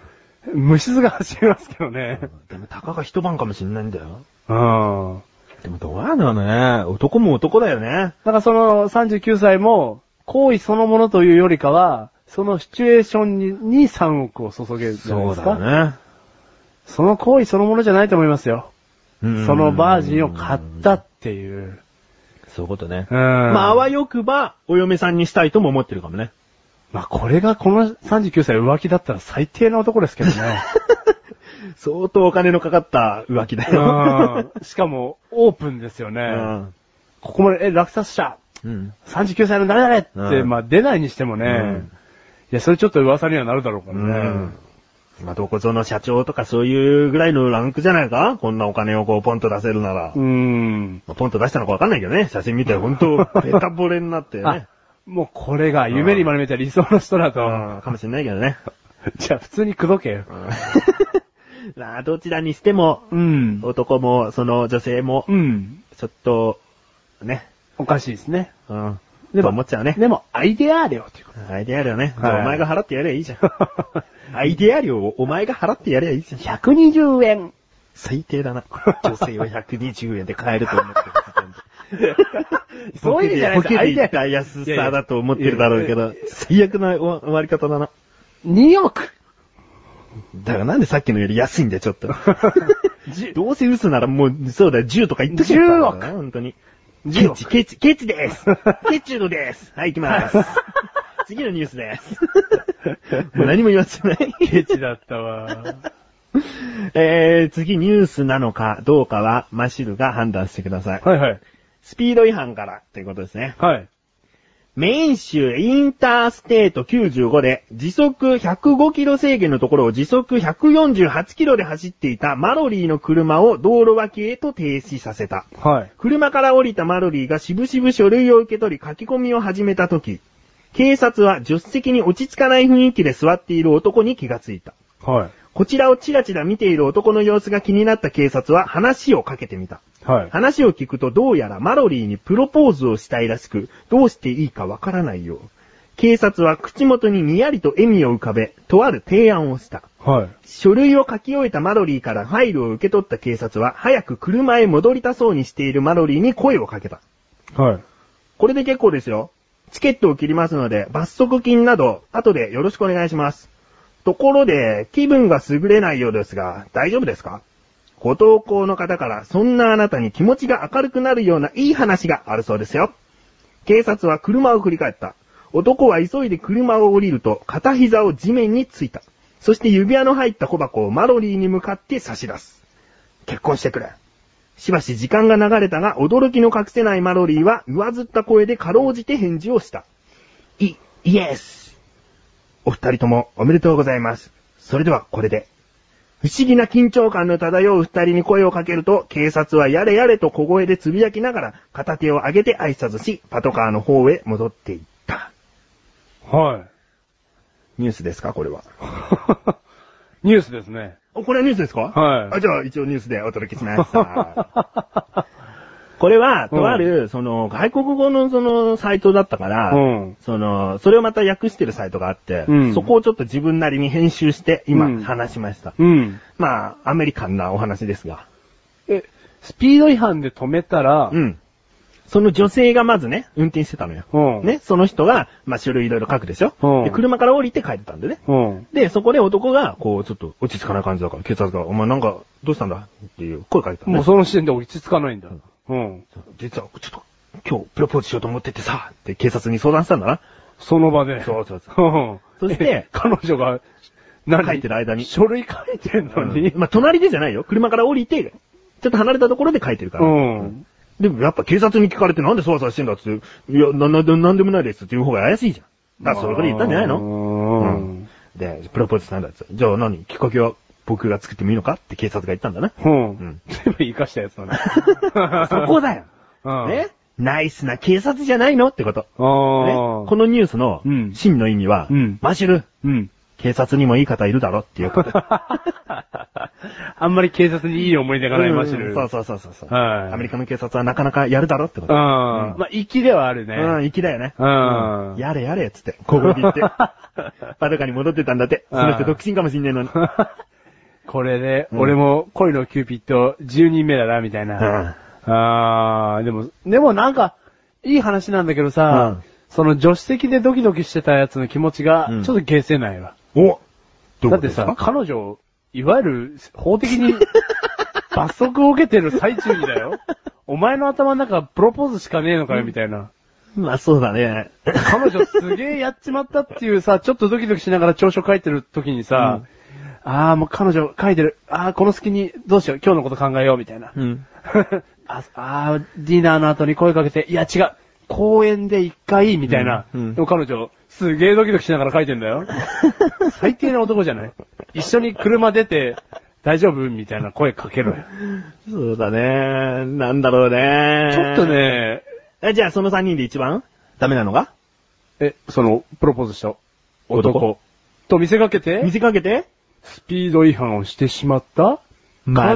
Speaker 2: 虫唾が走りますけどね。
Speaker 1: でも、たかが一晩かもしんないんだよ。
Speaker 2: うん。
Speaker 1: でも、どうやろうね。男も男だよね。
Speaker 2: だからその39歳も、行為そのものというよりかは、そのシチュエーションにに3億を注げるじゃないですか。
Speaker 1: そうだね。
Speaker 2: その行為そのものじゃないと思いますよ。
Speaker 1: うん
Speaker 2: そのバージンを買った。っていう。
Speaker 1: そういうことね。
Speaker 2: うん。
Speaker 1: まあ、あ
Speaker 2: まあ、
Speaker 1: わよくば、お嫁さんにしたいとも思ってるかもね。
Speaker 2: これがこの39歳浮気だったら最低な男ですけどね。
Speaker 1: 相当お金のかかった浮気だよ。
Speaker 2: うん。しかも、オープンですよ ね。
Speaker 1: うん。
Speaker 2: ここまで、え、落札者
Speaker 1: うん。
Speaker 2: !39 歳の誰々って、
Speaker 1: うん
Speaker 2: まあ出ないにしてもね、
Speaker 1: うん
Speaker 2: いや、それちょっと噂にはなるだろうか
Speaker 1: う
Speaker 2: らね。
Speaker 1: ん。まあ、どこぞの社長とかそういうぐらいのランクじゃないかこんなお金をこう、ポンと出せるなら。
Speaker 2: うん。
Speaker 1: まあポンと出したのかわかんないけどね。写真見て、本 当ベタボレになってね
Speaker 2: あ。、もうこれが夢にまでめた理想の人だと。
Speaker 1: うんかもしんないけどね。
Speaker 2: じゃあ普通に口説けよ。
Speaker 1: まあ、どちらにしても、
Speaker 2: うん。
Speaker 1: 男も、その女性も、
Speaker 2: うん。
Speaker 1: ちょっと、ね。
Speaker 2: おかしいですね。
Speaker 1: うん。で
Speaker 2: で
Speaker 1: も
Speaker 2: も
Speaker 1: 思っちゃうね。
Speaker 2: でも、アイデア料っていうこ
Speaker 1: アイデア料ね。
Speaker 2: はい
Speaker 1: お前が払ってやればいいじゃん。
Speaker 2: と。
Speaker 1: アイデア料をお前が払ってやればいいじゃん。
Speaker 2: 120円。
Speaker 1: 最低だな。女性は120円で買えると思って る。
Speaker 2: そういう意味じゃないです
Speaker 1: ボ
Speaker 2: か。ア
Speaker 1: ケで
Speaker 2: イ
Speaker 1: 言っ
Speaker 2: デア。
Speaker 1: た安さだと思ってるだろうけど、最悪な終わり方だな。
Speaker 2: 2億。
Speaker 1: だからなんでさっきのより安いんだよ、ちょっと。どうせ嘘ならもう、そうだよ、10とか言っとけよ。
Speaker 2: 10億
Speaker 1: 本当に。
Speaker 2: 10
Speaker 1: ケ
Speaker 2: 億
Speaker 1: チ、ケチ、ケチ です。ケチのです。はい、行き ます。次のニュースです。 もう何も言わせない。
Speaker 2: ケチだったわ。
Speaker 1: えー、次ニュースなのかどうかは、マシルが判断してください。
Speaker 2: はいはい。
Speaker 1: スピード違反からということですね。
Speaker 2: はい。
Speaker 1: メイン州インターステート95で時速105キロ制限のところを時速148キロで走っていたマロリーの車を道路脇へと停止させた。
Speaker 2: はい。
Speaker 1: 車から降りたマロリーがしぶしぶ書類を受け取り書き込みを始めた時、警察は助手席に落ち着かない雰囲気で座っている男に気がついた。
Speaker 2: は
Speaker 1: こちらをチラチラ見ている男の様子が気になった警察は話をかけてみた。
Speaker 2: い。はい。
Speaker 1: 話を聞くとどうやらマロリーにプロポーズをしたいらしく、どうしていいかわからないよう。警察は口元ににやりと笑みを浮かべ、とある提案をした。
Speaker 2: はい。
Speaker 1: 書類を書き終えたマロリーからファイルを受け取った警察は、早く車へ戻りたそうにしているマロリーに声をかけた。
Speaker 2: はい。
Speaker 1: これで結構ですよ。チケットを切りますので、罰則金など、後でよろしくお願いします。ところで、気分が優れないようですが、大丈夫ですかご投稿の方から、そんなあなたに気持ちが明るくなるようないい話があるそうですよ。警察は車を振り返った。男は急いで車を降りると、片膝を地面についた。そして指輪の入った小箱をマロリーに向かって差し出す。結婚してくれ。しばし時間が流れたが、驚きの隠せないマロリーは、上ずった声でかろうじて返事をした。い、イエス。お二人ともおめでとうございます。それではこれで。不思議な緊張感の漂う二人に声をかけると、警察はやれやれと小声で呟きながら、片手を上げて挨拶し、パトカーの方へ戻っていった。
Speaker 2: はい。
Speaker 1: ニュースですかこれは。
Speaker 2: ニュースですね。
Speaker 1: おこれはニュースですか
Speaker 2: はい
Speaker 1: あ、じゃあ一応ニュースでお届けしました。 これは、とある、その、外国語のその、サイトだったから、
Speaker 2: うん
Speaker 1: その、それをまた訳してるサイトがあって、
Speaker 2: うん
Speaker 1: そこをちょっと自分なりに編集して、
Speaker 2: う
Speaker 1: 今、
Speaker 2: ん
Speaker 1: 話しました。
Speaker 2: うん。
Speaker 1: まあ、アメリカンなお話ですが。
Speaker 2: え、スピード違反で止めたら、
Speaker 1: うん。その女性がまずね、運転してたのよ。
Speaker 2: うん。
Speaker 1: ね、その人が、まあ、書類いろいろ書くでしょ、
Speaker 2: うん
Speaker 1: で、車から降りて帰ってたんでね。
Speaker 2: うん。
Speaker 1: で、そこで男が、こう、ちょっと落ち着かない感じだから、警察が、お前なんか、どうしたんだっていう声かけたのね
Speaker 2: もうその時点で落ち着かないんだ。うん。
Speaker 1: 実は、ちょっと、今日、プロポーズしようと思っててさ、って警察に相談したんだな。
Speaker 2: その場で。
Speaker 1: そうそうそう。
Speaker 2: うん。
Speaker 1: そして
Speaker 2: え、彼女が、何
Speaker 1: 書いてる間に
Speaker 2: 書類書いてんのに。
Speaker 1: まあ、隣でじゃないよ。車から降りて、ちょっと離れたところで書いてるか
Speaker 2: う
Speaker 1: ら。
Speaker 2: ん。
Speaker 1: でもやっぱ警察に聞かれてなんでそわそわしてんだっつって、いや、な、な、なんでもないですっていう方が怪しいじゃん。だからそういうこと言ったんじゃないの
Speaker 2: の
Speaker 1: で、プロポーズしたんだっつって。じゃあ何きっかけは僕が作ってもいいのかって警察が言ったんだな。
Speaker 2: うん。
Speaker 1: うん
Speaker 2: う
Speaker 1: ん。
Speaker 2: 全部活かしたや つだね。
Speaker 1: そこだよ。
Speaker 2: うん。
Speaker 1: ねナイスな警察じゃないのってこと。
Speaker 2: あ
Speaker 1: ね、
Speaker 2: あ。
Speaker 1: このニュースの
Speaker 2: うん
Speaker 1: 真の意味は、
Speaker 2: うん
Speaker 1: マシュル、
Speaker 2: うん。
Speaker 1: 警察にもいい方いるだろっていうこと。
Speaker 2: あんまり警察にいい思い出がないまし
Speaker 1: う
Speaker 2: る。
Speaker 1: んそうそうそうそうそう。
Speaker 2: はい。
Speaker 1: アメリカの警察はなかなかやるだろってこ
Speaker 2: う
Speaker 1: と。う
Speaker 2: ん。まあ、粋ではあるね。
Speaker 1: ん、粋だよね。
Speaker 2: うん
Speaker 1: やれやれっつって、ここに 行って。パトカーに戻ってたんだって。その人
Speaker 2: うん
Speaker 1: 独身かもしんねえのに。
Speaker 2: これで、
Speaker 1: うん
Speaker 2: 俺も恋のキューピッド10人目だな、みたいな。あー、でも、でもなんか、いい話なんだけどさ、
Speaker 1: うん
Speaker 2: その助手席でドキドキしてたやつの気持ちが、
Speaker 1: うん
Speaker 2: ちょっと消せないわ。
Speaker 1: おどういうこと
Speaker 2: だっ
Speaker 1: で
Speaker 2: て
Speaker 1: すか
Speaker 2: さ、彼女、いわゆる法的 に罰則を受けてる最中にだよ。お前の頭の中プロポーズしかねえのかよ、みたいな。
Speaker 1: まあそうだね。
Speaker 2: 彼女すげえやっちまったってい うさ、ちょっとドキドキしながら調書書いてる時にさ、ああ、もう彼女書いてる。ああ、この隙にどうしよう、今日のこと考えよう、みたいな。
Speaker 1: ん。
Speaker 2: ああー、ディナーの後に声かけて、いや違う、公園で一回、みたいな。
Speaker 1: うんうん
Speaker 2: でも彼女、すげえドキドキしながら書いてんだ よ。最低な男じゃない一緒に車出て、大丈夫みたいな声かけろよ。
Speaker 1: そうだね。なんだろうね。
Speaker 2: ちょっと。ね、
Speaker 1: え、じゃあその3人で一番ダメなのが
Speaker 2: え、その、プロポーズした男。
Speaker 1: 男
Speaker 2: と見せかけて
Speaker 1: 見、せかけて
Speaker 2: スピード違反をしてしまった彼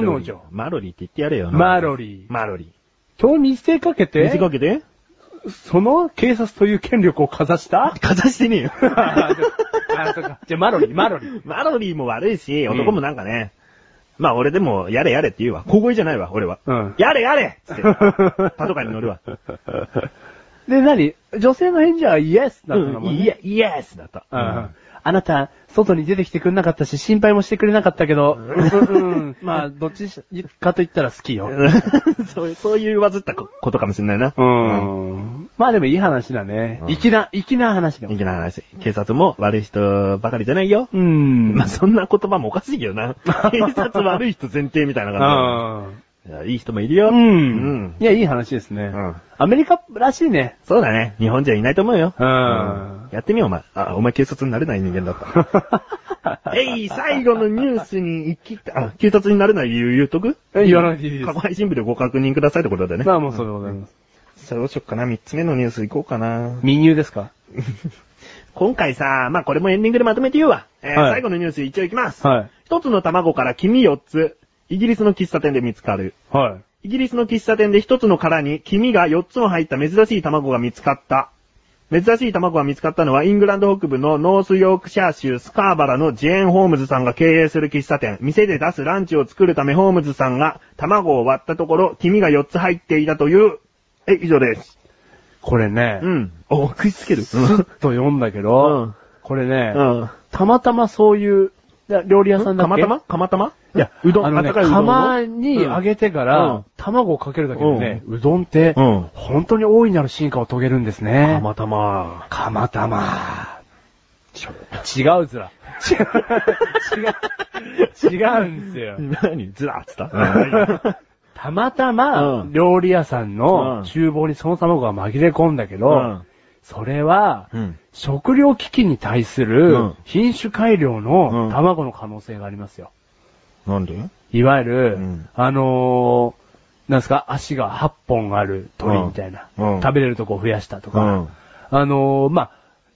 Speaker 1: マロリー
Speaker 2: 女。
Speaker 1: マロリーって言ってやれよな。
Speaker 2: マロリー。
Speaker 1: マロリ
Speaker 2: と見せかけ
Speaker 1: ー。見せ
Speaker 2: て、
Speaker 1: かけて
Speaker 2: その警察という権力をかざした
Speaker 1: かざしてねえよ。
Speaker 2: あそうかじゃあ、マロリー、マロリー。
Speaker 1: マロリーも悪いし、
Speaker 2: うん
Speaker 1: 男もなんかね。まあ俺でも、やれやれって言うわ。小声じゃないわ、俺は。
Speaker 2: うん
Speaker 1: やれやれ っつって、パトカーに乗るわ。
Speaker 2: で、何女性の返事はイエスだったの
Speaker 1: うん、
Speaker 2: もん
Speaker 1: イ
Speaker 2: ね。
Speaker 1: エイエスだった。
Speaker 2: うんあなた、外に出てきてくれなかったし、心配もしてくれなかったけど、うんうん まあ、どっちかと言ったら好きよ。
Speaker 1: うん そういう、そういうわずったことかもしれないな。
Speaker 2: うん。まあでもいい話だね
Speaker 1: う。ん
Speaker 2: 粋な、粋な話だもん
Speaker 1: 人気な話。警察も悪い人ばかりじゃないよ。
Speaker 2: うん。
Speaker 1: まあ、そんな言葉もおかしいけど な。警察悪い人前提みたいな感じだよいや。いい人もいるよ。
Speaker 2: う
Speaker 1: うん
Speaker 2: ん。いや、いい話ですね。
Speaker 1: うん
Speaker 2: アメリカらしい ね。
Speaker 1: そうだね。日本じゃいないと思うよ。
Speaker 2: うん
Speaker 1: やってみよう、お前。あ、お前警察になれない人間だった。 えい、最後のニュースに行きた、あ、警察になれない理由言うとく
Speaker 2: え言わなくていいです
Speaker 1: 過去配信部でご確認くださいってことだよね。
Speaker 2: まあもうそうでございます。
Speaker 1: さあ、どうしよっかな。三つ目のニュース行こうかな。
Speaker 2: 民友ですか
Speaker 1: 今回さ、まあ、これもエンディングでまとめて言うわ。えー
Speaker 2: はい
Speaker 1: 最後のニュース一応行きます。
Speaker 2: は
Speaker 1: 一つの卵から黄身四つ。イギリスの喫茶店で見つかる。
Speaker 2: い。は
Speaker 1: イ
Speaker 2: い。
Speaker 1: ギリスの喫茶店で一つの殻に黄身が四つも入った珍しい卵が見つかった。珍しい卵が見つかったのはイングランド北部のノースヨークシャー州スカーバラのジェーン・ホームズさんが経営する喫茶店。店で出すランチを作るためホームズさんが卵を割ったところ黄身が四つ入っていたという。え、以上です。
Speaker 2: これね、
Speaker 1: うん。お、食いつける。
Speaker 2: ずっと読んだけ
Speaker 1: う
Speaker 2: ど
Speaker 1: ん、
Speaker 2: これね、
Speaker 1: うん。
Speaker 2: たまたまそういう、いや料理屋さんだっけ
Speaker 1: かまたまかまたま
Speaker 2: いや、
Speaker 1: うどん、
Speaker 2: あのね、
Speaker 1: 温かいうどんを。
Speaker 2: 釜に揚げてか
Speaker 1: うん
Speaker 2: ら、卵をかけるだけでね、うどんって、
Speaker 1: うん
Speaker 2: 本当に大いなる進化を遂げるんですね。
Speaker 1: またま。
Speaker 2: 釜玉。 違うずら。違う。違うんですよ。
Speaker 1: 何ずらっつった
Speaker 2: たまたま
Speaker 1: う、ん
Speaker 2: 料理屋さん
Speaker 1: うん
Speaker 2: の厨房にその卵が紛れ込んだけど、
Speaker 1: うん
Speaker 2: それは、
Speaker 1: うん
Speaker 2: 食料危機に対す
Speaker 1: う
Speaker 2: る
Speaker 1: ん
Speaker 2: 品種改良
Speaker 1: うん
Speaker 2: の卵の可能性がありますよ。
Speaker 1: なんで
Speaker 2: いわゆる、
Speaker 1: うん
Speaker 2: あのー、なんですか、足が8本ある鳥みたいな、
Speaker 1: うんうん
Speaker 2: 食べれるとこを増やしたとか、
Speaker 1: うん
Speaker 2: あのー、まあ、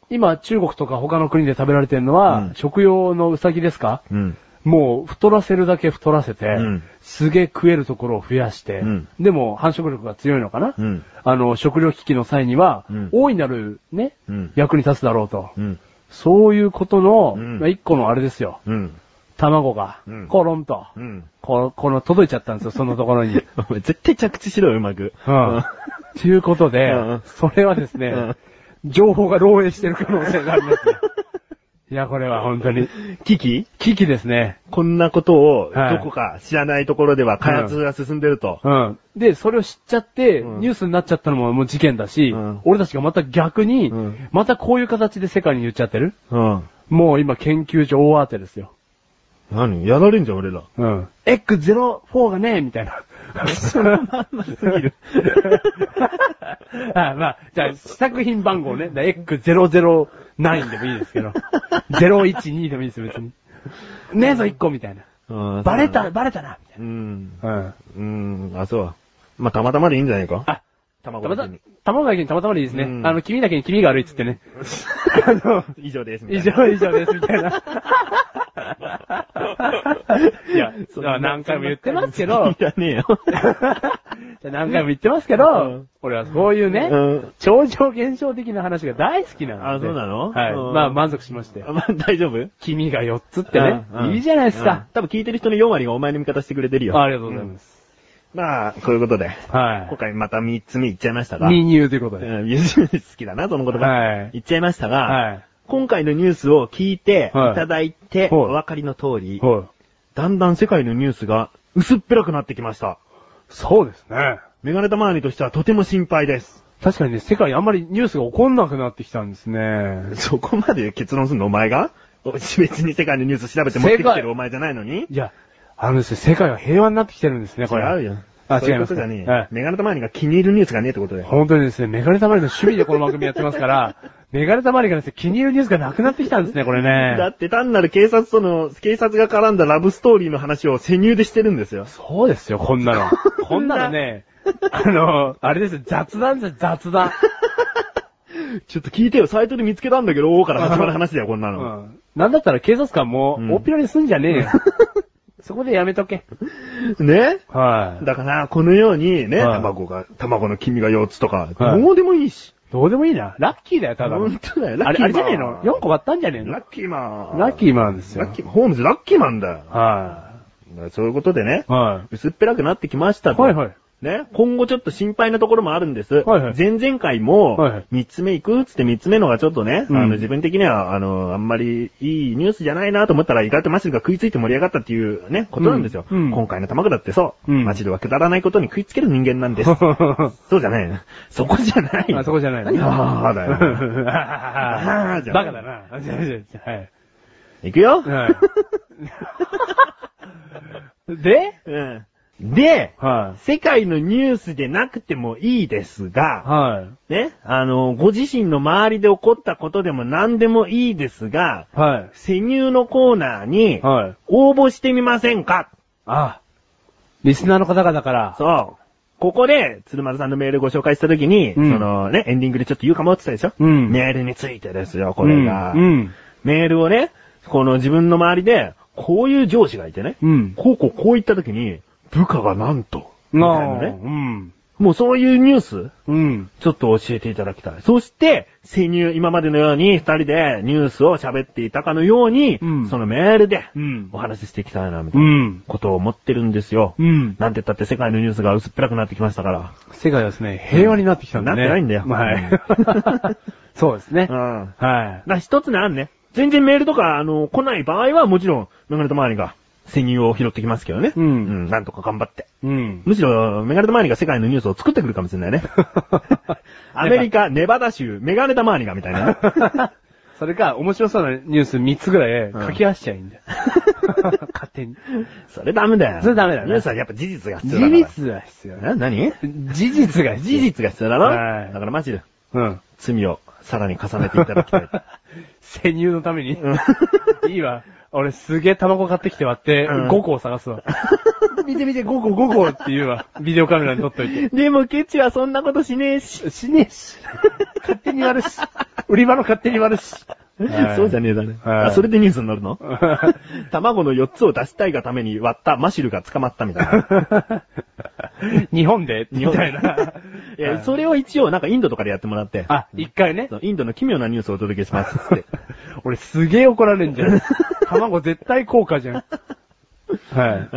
Speaker 2: 今中国とか他の国で食べられてるのは、
Speaker 1: うん
Speaker 2: 食用のウサギですか、
Speaker 1: うん。
Speaker 2: もう太らせるだけ太らせて、
Speaker 1: うん
Speaker 2: すげえ食えるところを増やして、
Speaker 1: うん
Speaker 2: でも繁殖力が強いのかな、
Speaker 1: うん
Speaker 2: あの、食料危機の際には、
Speaker 1: うん
Speaker 2: 大いなるね、
Speaker 1: うん
Speaker 2: 役に立つだろうと。
Speaker 1: うん。
Speaker 2: そういうことの、
Speaker 1: うん
Speaker 2: まあ一個のあれですよ。
Speaker 1: うん。
Speaker 2: 卵が、
Speaker 1: うん
Speaker 2: コロンと、
Speaker 1: うん。
Speaker 2: ここの届いちゃったんですよ、そのところに。
Speaker 1: お前絶対着地しろよ、うまく。
Speaker 2: うん。ということで
Speaker 1: うん、
Speaker 2: それはですね、情報が漏洩してる可能性があり ますね。いや、これは本当に、
Speaker 1: キキ
Speaker 2: 危機ですね。
Speaker 1: こんなことを、
Speaker 2: はい
Speaker 1: どこか知らないところでは開発が進んでると。
Speaker 2: うん。で、それを知っちゃって、
Speaker 1: うん
Speaker 2: ニュースになっちゃったのももう事件だし、
Speaker 1: うん
Speaker 2: 俺たちがまた逆に、
Speaker 1: うん
Speaker 2: またこういう形で世界に言っちゃってる
Speaker 1: うん。
Speaker 2: もう今研究所大当てですよ。
Speaker 1: 何やられんじゃん、俺ら。
Speaker 2: うん。X04 がね、みたいな。それはまんますぎる。 あまあ、じゃあ、試作品番号ね。だ X009 でもいいですけ ど。012でもいいですよ、別に。ねえぞ、1個、みたいな。
Speaker 1: うん
Speaker 2: バレた、バレたな、み
Speaker 1: うん。
Speaker 2: たいな。うん。
Speaker 1: うん。あ、そう。まあ、たまたまでいいんじゃないか
Speaker 2: あ、
Speaker 1: 卵
Speaker 2: たま
Speaker 1: だ
Speaker 2: た
Speaker 1: けに。、
Speaker 2: 卵がけにたまたまでいいですね。
Speaker 1: うん
Speaker 2: あの、君だけに君が悪いっつってね。あの、
Speaker 1: 以上です。
Speaker 2: 以。上以上です、みたいな。 いや、
Speaker 1: そ
Speaker 2: そうう何回も言ってますけど
Speaker 1: い、らねえよ。
Speaker 2: 何回も言ってますけど、
Speaker 1: うん
Speaker 2: 俺はそういうね、
Speaker 1: うん。
Speaker 2: 超常現象的な話が大好きなんで。
Speaker 1: あそうなの
Speaker 2: はい。
Speaker 1: うん
Speaker 2: まあ、満足しまして
Speaker 1: あ。まあ大丈夫
Speaker 2: 君が4つってね
Speaker 1: うんう、ん
Speaker 2: いいじゃないですか。
Speaker 1: うん多分聞いてる人の4割がお前の味方してくれてるよ。。
Speaker 2: ありがとうございますす。
Speaker 1: まあ、こういうことで。
Speaker 2: は
Speaker 1: 今回また3つ目いっちゃいました
Speaker 2: い。
Speaker 1: が。
Speaker 2: ミニューということで。
Speaker 1: うん、ゆず好きだな、その言葉。
Speaker 2: はい
Speaker 1: 言っちゃいましたが、
Speaker 2: はい。
Speaker 1: 今回のニュースを聞いて、
Speaker 2: はい
Speaker 1: いただいて、
Speaker 2: はい
Speaker 1: お分かりの通り、
Speaker 2: はい。
Speaker 1: だんだん世界のニュースが薄っぺらくなってきました。
Speaker 2: そうですね。
Speaker 1: メガネタマーニとしてはとても心配です。
Speaker 2: 確かにね、世界あんまりニュースが起こんなくなってきたんですね。
Speaker 1: そこまで結論するのお前がお別に世界のニュース調べて持ってきてるお前じゃないのに
Speaker 2: いや、あのですね、世界は平和になってきてるんですね、これ。
Speaker 1: 違うよ。
Speaker 2: あ
Speaker 1: そう
Speaker 2: 違い
Speaker 1: いうこ
Speaker 2: ます
Speaker 1: とじゃねえよ。
Speaker 2: はい
Speaker 1: メガネタマーニが気に入るニュースがねえってことだよ。
Speaker 2: 本当にですね、メガネたまりの趣味でこの番組やってます から、メガネたまりがですね、気に入るニュースがなくなってきたんですね、これ
Speaker 1: だ
Speaker 2: ね。
Speaker 1: って単なる警察との、警察が絡んだラブストーリーの話を潜入でしてるんですよ。
Speaker 2: そうですよ、こんな の。こんなのね、あの、あれですよ、雑談ですよ、雑談。
Speaker 1: ちょっと聞いてよ、サイトで見つけたんだけど、おーから始まる話だよ、こんな
Speaker 2: う
Speaker 1: の。
Speaker 2: ん。なんだったら警察官も
Speaker 1: うん、
Speaker 2: 大っぴらにすんじゃねえ よ。そこでやめとけ。
Speaker 1: ね
Speaker 2: はい。
Speaker 1: だから、このようにね、
Speaker 2: はい
Speaker 1: 卵が、卵の黄身が4つとか、
Speaker 2: はい
Speaker 1: どうでもいいし。
Speaker 2: どうでもいいな。ラッキーだよ、ただの。
Speaker 1: 本当だよ、ラッ
Speaker 2: あれ、
Speaker 1: キーマン。
Speaker 2: あれじゃねえの ?4 個割ったんじゃねえの
Speaker 1: ラッキーマン。
Speaker 2: ラッキーマンですよ。
Speaker 1: ラッキーマン。ホームズラッキーマンだよ。
Speaker 2: は
Speaker 1: だからそういうことでね
Speaker 2: い。、は
Speaker 1: 薄っぺらくなってきましたと。
Speaker 2: はいはい
Speaker 1: ね、今後ちょっと心配なところもあるんです。
Speaker 2: はいはい
Speaker 1: 前々回も、
Speaker 2: はいはい
Speaker 1: 3つ目行くっつって3つ目のがちょっとね、
Speaker 2: うん
Speaker 1: あの自分的には、あの、あんまりいいニュースじゃないなと思ったら意外とマシルが食いついて盛り上がったっていうね、ことなんですよ。
Speaker 2: うんうん
Speaker 1: 今回の卵だってそう、
Speaker 2: うん
Speaker 1: マシルはくだらないことに食いつける人間なん です。
Speaker 2: い。
Speaker 1: そうじゃない。そこじゃない。
Speaker 2: あそこじゃない
Speaker 1: 何あーだよ。
Speaker 2: あ
Speaker 1: あーじゃん
Speaker 2: バカだな。はい。
Speaker 1: 行くよ。
Speaker 2: はい。で
Speaker 1: うんで、
Speaker 2: は
Speaker 1: 世界のニュースでなくてもいいです
Speaker 2: い。
Speaker 1: が、
Speaker 2: は
Speaker 1: ね、あの、ご自身の周りで起こったことでも何でもいいですが、
Speaker 2: い。は
Speaker 1: セニューのコーナーに
Speaker 2: い。、はい。
Speaker 1: 応募してみませんか
Speaker 2: あ、リスナーの方々から。
Speaker 1: そう。ここで、鶴丸さんのメールご紹介したときに、
Speaker 2: うん
Speaker 1: そのね、エンディングでちょっと言うかもって言ったでしょ、
Speaker 2: うん
Speaker 1: メールについてですよ、これが。
Speaker 2: うん。
Speaker 1: メールをね、この自分の周りで、こういう上司がいてね、
Speaker 2: うん。
Speaker 1: こうこうこう言ったときに、部下がなんと、みたいなね。
Speaker 2: うん。
Speaker 1: もうそういうニュース
Speaker 2: うん。
Speaker 1: ちょっと教えていただきたい。そして、潜入、今までのように二人でニュースを喋っていたかのように、
Speaker 2: うん
Speaker 1: そのメールで
Speaker 2: うん
Speaker 1: お話ししていきたいな、みた
Speaker 2: う。
Speaker 1: いなんことを思ってるんですよ。
Speaker 2: うん。
Speaker 1: なんて言ったって世界のニュースが薄っぺらくなってきましたから。
Speaker 2: 世界はですね、平和になってきたんだ
Speaker 1: なっ
Speaker 2: ね。
Speaker 1: てないんだよ
Speaker 2: はい。 そうですね。
Speaker 1: うん。だか
Speaker 2: はい。
Speaker 1: ら一つね、あるね。全然メールとか、あの、来ない場合はもちろん、メガネと周りが潜入を拾ってきますけどね。
Speaker 2: うん
Speaker 1: うん、なんとか頑張って。
Speaker 2: うん。
Speaker 1: むしろ、メガネタマーニが世界のニュースを作ってくるかもしれ ないね。 アメリカ、ネバダ州、メガネタマーニがみたいなね。
Speaker 2: それか、面白そうなニュース3つぐらい書き合わせちゃいいん だよ。勝手に。
Speaker 1: それダメだよ。
Speaker 2: それダメだね
Speaker 1: ニュースはやっぱ事実が必要だ
Speaker 2: 事
Speaker 1: から。
Speaker 2: 実が必要だね。
Speaker 1: な、何
Speaker 2: 事実が
Speaker 1: 事
Speaker 2: 必要。
Speaker 1: 実が必要だろ
Speaker 2: はい
Speaker 1: だからマジで、
Speaker 2: うん。
Speaker 1: 罪をさらに重ねていただきたい。
Speaker 2: 潜入のために。 いいわ。俺すげえタバコ買ってきて割って、
Speaker 1: うん
Speaker 2: 5個を探 すわ。見て見て5個5個って言うわ。ビデオカメラに撮っとい て。
Speaker 1: でもケチはそんなことしねえし。
Speaker 2: しねえし。勝手に割るし。売り場の勝手に割るし。はい
Speaker 1: そうじゃねえだね。
Speaker 2: はい
Speaker 1: あ、それでニュースになるの卵の4つを出したいがために割ったマシルが捕まったみたいな。
Speaker 2: 日本で みた いな。
Speaker 1: いや、それを一応なんかインドとかでやってもらって。
Speaker 2: あ、一回ね。
Speaker 1: そうインドの奇妙なニュースをお届けします っつって。
Speaker 2: 俺すげえ怒られんじ ゃん。卵絶対効果じゃん。はい。
Speaker 1: あ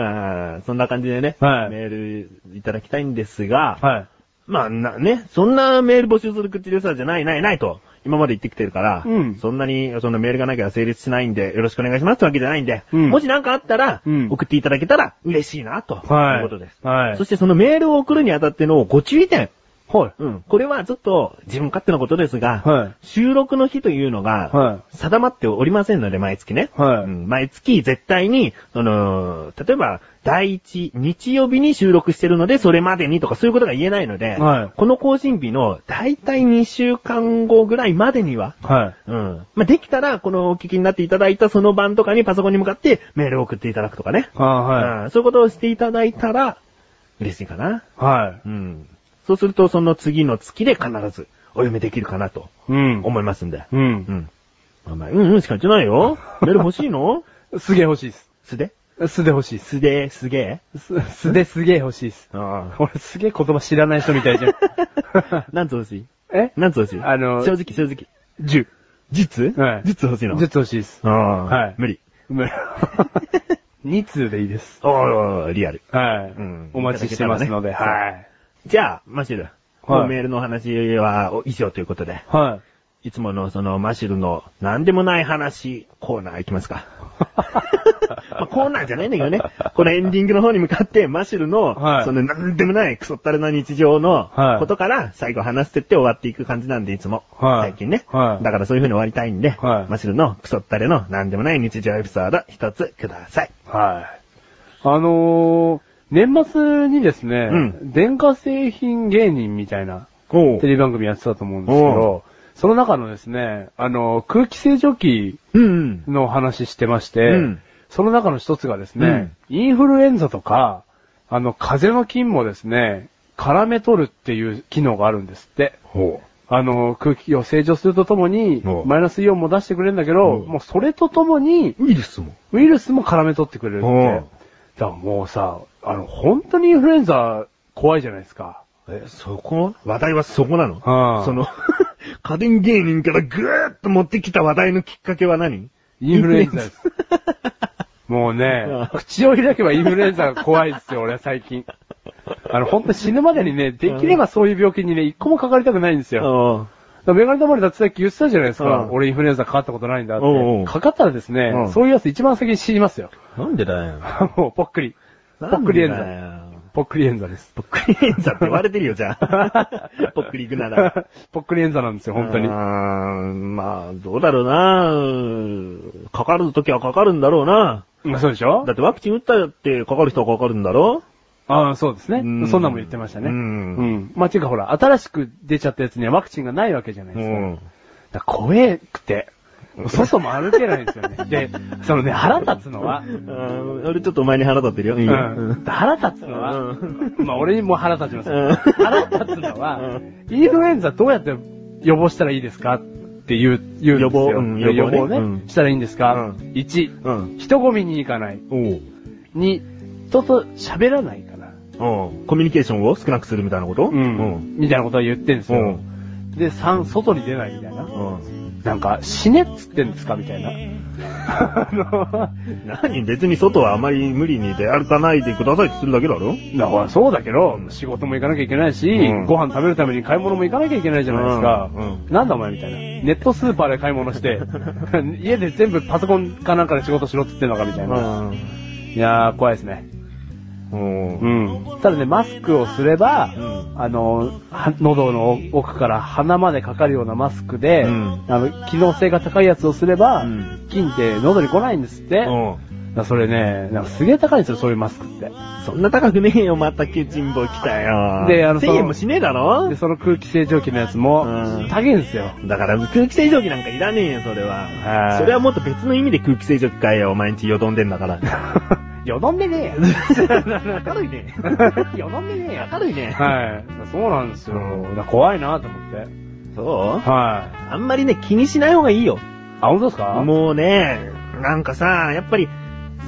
Speaker 1: ーそんな感じでね、
Speaker 2: はい
Speaker 1: メールいただきたいんですが、
Speaker 2: はい。
Speaker 1: まあな、ね、そんなメール募集する口でさ、じゃないないないと、今まで言ってきてるから、
Speaker 2: うん
Speaker 1: そんなに、そんなメールがなきゃ成立しないんで、よろしくお願いしますってわけじゃないんで、
Speaker 2: うん
Speaker 1: もしなんかあったら、
Speaker 2: うん
Speaker 1: 送っていただけたら嬉しいな、と、
Speaker 2: は
Speaker 1: い
Speaker 2: い
Speaker 1: うことです。
Speaker 2: はい
Speaker 1: そしてそのメールを送るにあたってのご注意点。
Speaker 2: はい。
Speaker 1: うん。これはちょっと自分勝手なことですが、
Speaker 2: はい
Speaker 1: 収録の日というのが、
Speaker 2: は
Speaker 1: 定まっておりませんので、毎月ね。
Speaker 2: はい
Speaker 1: うん毎月絶対に、その、例えば、第一、日曜日に収録してるので、それまでにとかそういうことが言えないので、
Speaker 2: はい
Speaker 1: この更新日の大体2週間後ぐらいまでには、
Speaker 2: はい。
Speaker 1: うん。まあ、できたら、このお聞きになっていただいたその晩とかにパソコンに向かってメールを送っていただくとかね。
Speaker 2: あはい。
Speaker 1: うんそういうことをしていただいたら、嬉しいかな。
Speaker 2: はい。
Speaker 1: うん。そうすると、その次の月で必ずお嫁できるかなと
Speaker 2: うん。
Speaker 1: 思いますんで。
Speaker 2: う。
Speaker 1: うんん。まあまあ、うんうんしか言ってないよ。メール欲しいの
Speaker 2: すげえ欲しいっす。
Speaker 1: 素で
Speaker 2: 素で欲しいっす。
Speaker 1: 素ですげえ
Speaker 2: す、素ですげえ欲しいっす。
Speaker 1: あ
Speaker 2: 俺すげえ言葉知らない人みたい じゃん。
Speaker 1: あ。なんつ欲しい
Speaker 2: え
Speaker 1: なんつ欲しい
Speaker 2: あの
Speaker 1: 正直正直。
Speaker 2: 十。
Speaker 1: 実
Speaker 2: はい
Speaker 1: 実欲しいの
Speaker 2: 10つ欲しいっす。
Speaker 1: ああ。
Speaker 2: はい
Speaker 1: 無理。
Speaker 2: 無理。2通でいいです。
Speaker 1: ああ、リアル。
Speaker 2: はい。
Speaker 1: うん
Speaker 2: お待ちしてますので、
Speaker 1: いただけたら
Speaker 2: はい。
Speaker 1: じゃあ、マシル。もうメールのお話は以上ということで。
Speaker 2: はい。
Speaker 1: いつものそのマシルの何でもない話コーナー行きます か。まあコーナーじゃないんだけどね。このエンディングの方に向かってマシルの、
Speaker 2: はい
Speaker 1: その何でもないクソったれな日常の
Speaker 2: はい
Speaker 1: ことから最後話してって終わっていく感じなんでいつも。
Speaker 2: はい
Speaker 1: 最近ね、
Speaker 2: はい
Speaker 1: だからそういう風に終わりたいんで、
Speaker 2: はい
Speaker 1: マシルのクソったれの何でもない日常エピソード一つください。
Speaker 2: はい。あのー、年末にですね、
Speaker 1: うん
Speaker 2: 電化製品芸人みたいな
Speaker 1: お
Speaker 2: テレビ番組やってたと思うんですけど、その中のですね、あのー、空気清浄機
Speaker 1: うんうん。
Speaker 2: の話してまして、
Speaker 1: うん
Speaker 2: その中の一つがですね、インフルエンザとか、あの、風邪の菌もですね、絡め取るっていう機能があるんですって。
Speaker 1: ほ
Speaker 2: あの、空気を清浄するとともに
Speaker 1: お、
Speaker 2: マイナスイオンも出してくれるんだけど、
Speaker 1: お
Speaker 2: もうそれとともに、
Speaker 1: う。ウイルスも。
Speaker 2: ウイルスも絡め取ってくれるっ
Speaker 1: お
Speaker 2: て
Speaker 1: う。
Speaker 2: だからもうさ、あの、本当にインフルエンザ怖いじゃないですか。
Speaker 1: え、そこ話題はそこなの
Speaker 2: うん
Speaker 1: その、 家電芸人からぐーっと持ってきた話題のきっかけは何
Speaker 2: インフルエンザです。もう
Speaker 1: うん
Speaker 2: ね、口を開けばインフルエンザが怖いですよ、俺は最近。あの、本当に死ぬまでにね、できればそういう病気にね、一個もかかりたくないんですよ。
Speaker 1: あ
Speaker 2: だからメガネ玉だってさっき言ってたじゃないです
Speaker 1: う
Speaker 2: か。
Speaker 1: ん
Speaker 2: 俺インフルエンザかかったことないんだっ
Speaker 1: おうおう
Speaker 2: て。かかったらですね
Speaker 1: うん、
Speaker 2: そういうやつ一番先に死にますよ。
Speaker 1: あ。なんでだよ。
Speaker 2: もう、ぽっくり。ぽっくりエンザ。ぽっくりエンザです。
Speaker 1: ぽっくりエンザって言われてるよ、じゃあ。 ぽっくり行くなら。
Speaker 2: ぽっくりエンザなんですよ、本当に
Speaker 1: う。ーんまあ、どうだろうなかかるときはかかるんだろうな
Speaker 2: うんそうでしょ
Speaker 1: だってワクチン打ったってかかる人はかかるんだろ
Speaker 2: ああ、そうですね
Speaker 1: うん。
Speaker 2: そんなんも言ってましたね。
Speaker 1: うん
Speaker 2: うん。まあ、ていうかほら、新しく出ちゃったやつにはワクチンがないわけじゃないうですか。
Speaker 1: ん。
Speaker 2: だから怖くて、外も歩けないんですよね。で、そのね、腹立つのは、
Speaker 1: あー俺ちょっとお前に腹立ってるよ。いいよ
Speaker 2: うん。腹立つのは
Speaker 1: うん、
Speaker 2: まあ、俺にも腹立ちます
Speaker 1: うん
Speaker 2: よ。腹立つの
Speaker 1: う
Speaker 2: は、インフルエンザどうやって予防したらいいですかっていう、言うんですよ。
Speaker 1: 予防うん
Speaker 2: で
Speaker 1: 予
Speaker 2: 予
Speaker 1: 防ね
Speaker 2: 防
Speaker 1: うん
Speaker 2: ね。したらいいんです
Speaker 1: う
Speaker 2: か
Speaker 1: ん
Speaker 2: ?1、
Speaker 1: うん。
Speaker 2: 人混みに行かない。
Speaker 1: おう。
Speaker 2: 2、人と喋らないかな。
Speaker 1: うん。コミュニケーションを少なくするみたいなこと
Speaker 2: うん。みたいなことは言ってんです
Speaker 1: う
Speaker 2: よ。
Speaker 1: ん。
Speaker 2: で、3、外に出ないみたいな。
Speaker 1: うん。
Speaker 2: なんか、死ねっつってんですかみたいな。あの、
Speaker 1: 何別に外はあまり無理に出歩かないでくださいってするだけだろ
Speaker 2: だからそうだけど、仕事も行かなきゃいけないし、
Speaker 1: うん
Speaker 2: ご飯食べるために買い物も行かなきゃいけないじゃないですか。
Speaker 1: うん
Speaker 2: なんだお前みたいな。ネットスーパーで買い物して、 家で全部パソコンかなんかで仕事しろって言ってんのかみたいな。いやー、怖いですね。
Speaker 1: うん。う。
Speaker 2: うんん。ただね、マスクをすれば、
Speaker 1: うん
Speaker 2: あの、は喉の奥から鼻までかかるようなマスクで、
Speaker 1: うん
Speaker 2: あの、機能性が高いやつをすれば、
Speaker 1: うん
Speaker 2: 菌って喉に来ないんですって。だからそれね、なんかすげえ高いんですよ、そういうマスクって。
Speaker 1: そんな高くねえよ、またキッチンボ来たよ。
Speaker 2: であのその
Speaker 1: 1000円もしねえだろ
Speaker 2: で、その空気清浄機のやつも
Speaker 1: うん、
Speaker 2: 高いんですよ。
Speaker 1: だから空気清浄機なんかいらねえよ、それは。
Speaker 2: はい
Speaker 1: それはもっと別の意味で空気清浄機買えよ、毎日よどんでんだから。
Speaker 2: よどんでね
Speaker 1: 明るいね。
Speaker 2: えよ。よどんでねえよ。
Speaker 1: 明るいね。
Speaker 2: はい。そうなんですよ。だから怖いなと思って。
Speaker 1: そう
Speaker 2: はい。
Speaker 1: あんまりね、気にしない方がいいよ。
Speaker 2: あ、本当ですか
Speaker 1: もうね、なんかさ、やっぱり、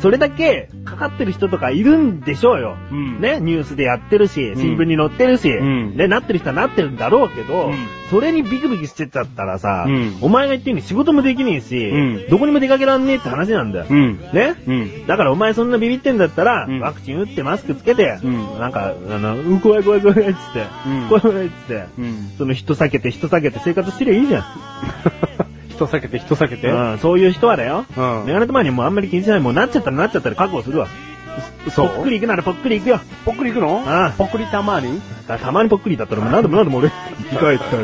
Speaker 1: それだけかかってる人とかいるんでしょうよ。
Speaker 2: うん
Speaker 1: ね、ニュースでやってるし、
Speaker 2: ん
Speaker 1: 新聞に載ってるし、
Speaker 2: ん
Speaker 1: ね、なってる人はなってるんだろうけど、
Speaker 2: うん
Speaker 1: それにビクビクしてちゃったらさ、
Speaker 2: うん
Speaker 1: お前が言ってるように仕事もできねえし、
Speaker 2: うん
Speaker 1: どこにも出かけらんねえって話なんだよ。
Speaker 2: うん。
Speaker 1: ね
Speaker 2: うん。
Speaker 1: だからお前そんなビビってんだったら、
Speaker 2: うん
Speaker 1: ワクチン打ってマスクつけて、
Speaker 2: うん
Speaker 1: なんか、あの、うん、怖い怖い怖いっつって、
Speaker 2: うん
Speaker 1: 怖い怖いっつって、
Speaker 2: うん。
Speaker 1: その人避けて人避けて生活してりゃいいじゃん。
Speaker 2: 人避けて、人避けて。
Speaker 1: うん、そういう人はだよ。
Speaker 2: うん
Speaker 1: メガネと前にもうあんまり気にしない。もうなっちゃったらなっちゃったら覚悟するわ。
Speaker 2: そう
Speaker 1: ぽっくり行くならぽっくり行くよ。
Speaker 2: ぽっくり行くの
Speaker 1: ああ
Speaker 2: ぽっくりたまに
Speaker 1: たたまにぽっくりだったらもう何度も何度も俺、生き返ったよ。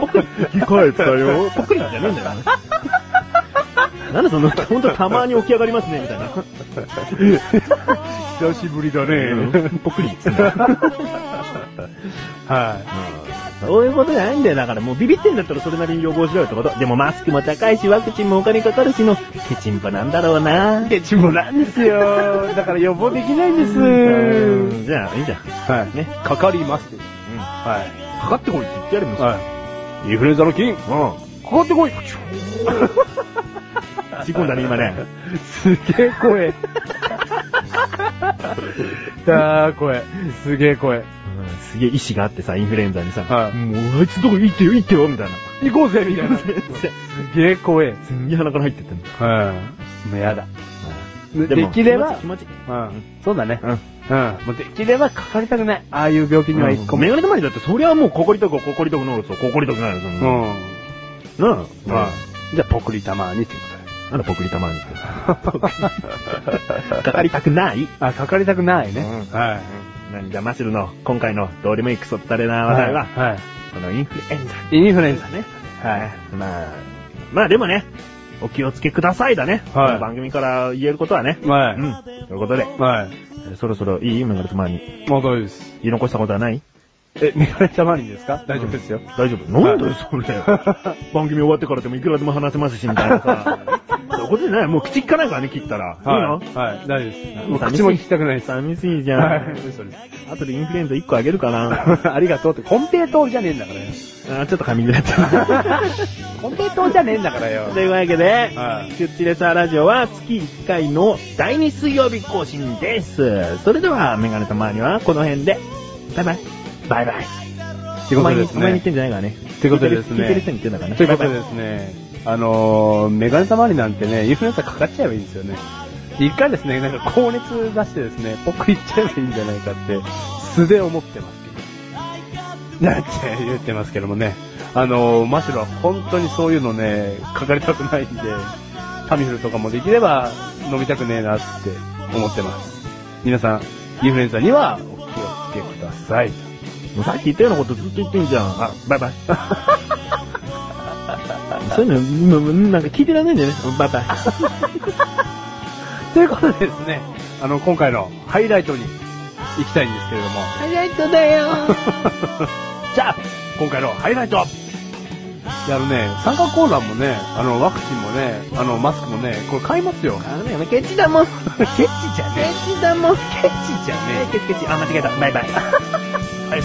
Speaker 1: ぽっくり生き返ったよ。ぽっくりじゃねえんだよ。なんでその、ほんとたまに起き上がりますね、みたいな。
Speaker 2: 久しぶりだね。
Speaker 1: ぽっくりっつうんだよ
Speaker 2: は。。
Speaker 1: そういうことじゃないんだよ。だからもうビビってんだったらそれなりに予防しろよってこと。でもマスクも高いし、ワクチンもお金かかるしの、ケチンパなんだろうない
Speaker 2: ケチもなんですよ。だから予防できないんです。
Speaker 1: うんじゃあ、いいじゃん。
Speaker 2: はい。ね。かかります。
Speaker 1: うん
Speaker 2: はい。
Speaker 1: かかってこいって言ってやるんですよ。
Speaker 2: はい。インフルエンザの菌、かかってこい
Speaker 1: うん。仕込んだね、今ね。
Speaker 2: すげえ声。だー、声。すげえ声。
Speaker 1: うんすげえ意志があってさ、インフルエンザにさ、
Speaker 2: はい
Speaker 1: もうあいつどこ行ってよ、行ってよ、み たいな。
Speaker 2: 行こうぜみたいな。すげえ声。
Speaker 1: すげえ鼻から入ってってんだ。
Speaker 2: うん。もうやだ。で
Speaker 1: も
Speaker 2: できれば
Speaker 1: 気持ちいい気持ちいい
Speaker 2: うん。そうだね。
Speaker 1: うん。
Speaker 2: うん。もうできればかかりたくない。ああいう病気には一個も。
Speaker 1: メガネたまりだって、そりゃもう、ここりとこ、ここりとこのると、ここりとこなるよ、そん
Speaker 2: う
Speaker 1: な。
Speaker 2: ん。
Speaker 1: なあ、
Speaker 2: はいじゃあ、ポクリたまにって
Speaker 1: なんだ、ポクリたまに。
Speaker 2: ことだよ。
Speaker 1: かかりたくない。
Speaker 2: あ、かかりたくないね。
Speaker 1: うん
Speaker 2: はい。
Speaker 1: なんじゃ、マシルの、今回の、どうでもいいクソったれな話題は、
Speaker 2: は
Speaker 1: このインフルエンザ。
Speaker 2: い。インフルエンザね。
Speaker 1: はい。まあ、まあでもね、お気をつけくださいだね。
Speaker 2: はい
Speaker 1: この番組から言えることはね。
Speaker 2: は
Speaker 1: うん。ということで、
Speaker 2: い。はい。
Speaker 1: えそろそろいいメガネたまに
Speaker 2: もう大丈夫です。
Speaker 1: 言い残したことはない
Speaker 2: え、メガネたまにですか大丈夫ですよ。
Speaker 1: 大丈夫なんだよ、それ。 番組終わってからでもいくらでも話せますし、みたいなさ。 そういうことじゃない。もう口聞かないからね、切ったら。
Speaker 2: はい
Speaker 1: いい
Speaker 2: はい。大丈夫です。もう
Speaker 1: 寂しい
Speaker 2: 口も聞きたくないで
Speaker 1: の
Speaker 2: す。
Speaker 1: 寂しいじゃん。
Speaker 2: はい。嘘です。
Speaker 1: 後でインフルエンザ1個あげるか な。
Speaker 2: ありがとうって、コンペイトーじゃねえんだからよ。
Speaker 1: あーちょっと髪切れちゃう。
Speaker 2: コンペイトーじゃねえんだからよ。
Speaker 1: というわけで、
Speaker 2: はい
Speaker 1: キュッチレサーラジオは月1回の第2水曜日更新です。それでは、メガネたまにはこの辺で、バイバイ。バイバイ。
Speaker 2: って
Speaker 1: お
Speaker 2: こ
Speaker 1: 前
Speaker 2: と
Speaker 1: に
Speaker 2: で
Speaker 1: お
Speaker 2: す
Speaker 1: 前に言
Speaker 2: ね
Speaker 1: っ。てんじゃないからね。
Speaker 2: てことですね
Speaker 1: 聞いてる人に言ってんだからね。
Speaker 2: ということ
Speaker 1: バイバ
Speaker 2: で
Speaker 1: イ
Speaker 2: ですね、あのー、メガネたまりなんてね、インフルエンザかかっちゃえばいいんですよね。一回ですね、なんか高熱出してですね、僕行っちゃえばいいんじゃないかって、素で思ってますけど。なんて言ってますけどもね。あのー、マシュルは本当にそういうのね、かかりたくないんで、タミフルとかもできれば飲みたくねえなって思ってます。皆さん、インフルエンザにはお気をつけください。
Speaker 1: もうさっき言ったようなことずっと言ってんじゃん。あ、バイバイ。 そういうの、うんなんか聞いてらんないんだよね。バイバイ。
Speaker 2: ということでですね、あの、今回のハイライトに行きたいんですけれども、
Speaker 1: ハイライトだ よ
Speaker 2: じゃあ、今回のハイライトいや、あのね、三角コーナーもね、あの、ワクチンもね、あの、マスクもね、これ買いますよ。
Speaker 1: あのね、お前ケチだもん。ケチじゃねえ。ケチだもん。ケチ
Speaker 2: じゃねえ
Speaker 1: ケチケチ。あ、間違えた。バイバイ。バイバイ。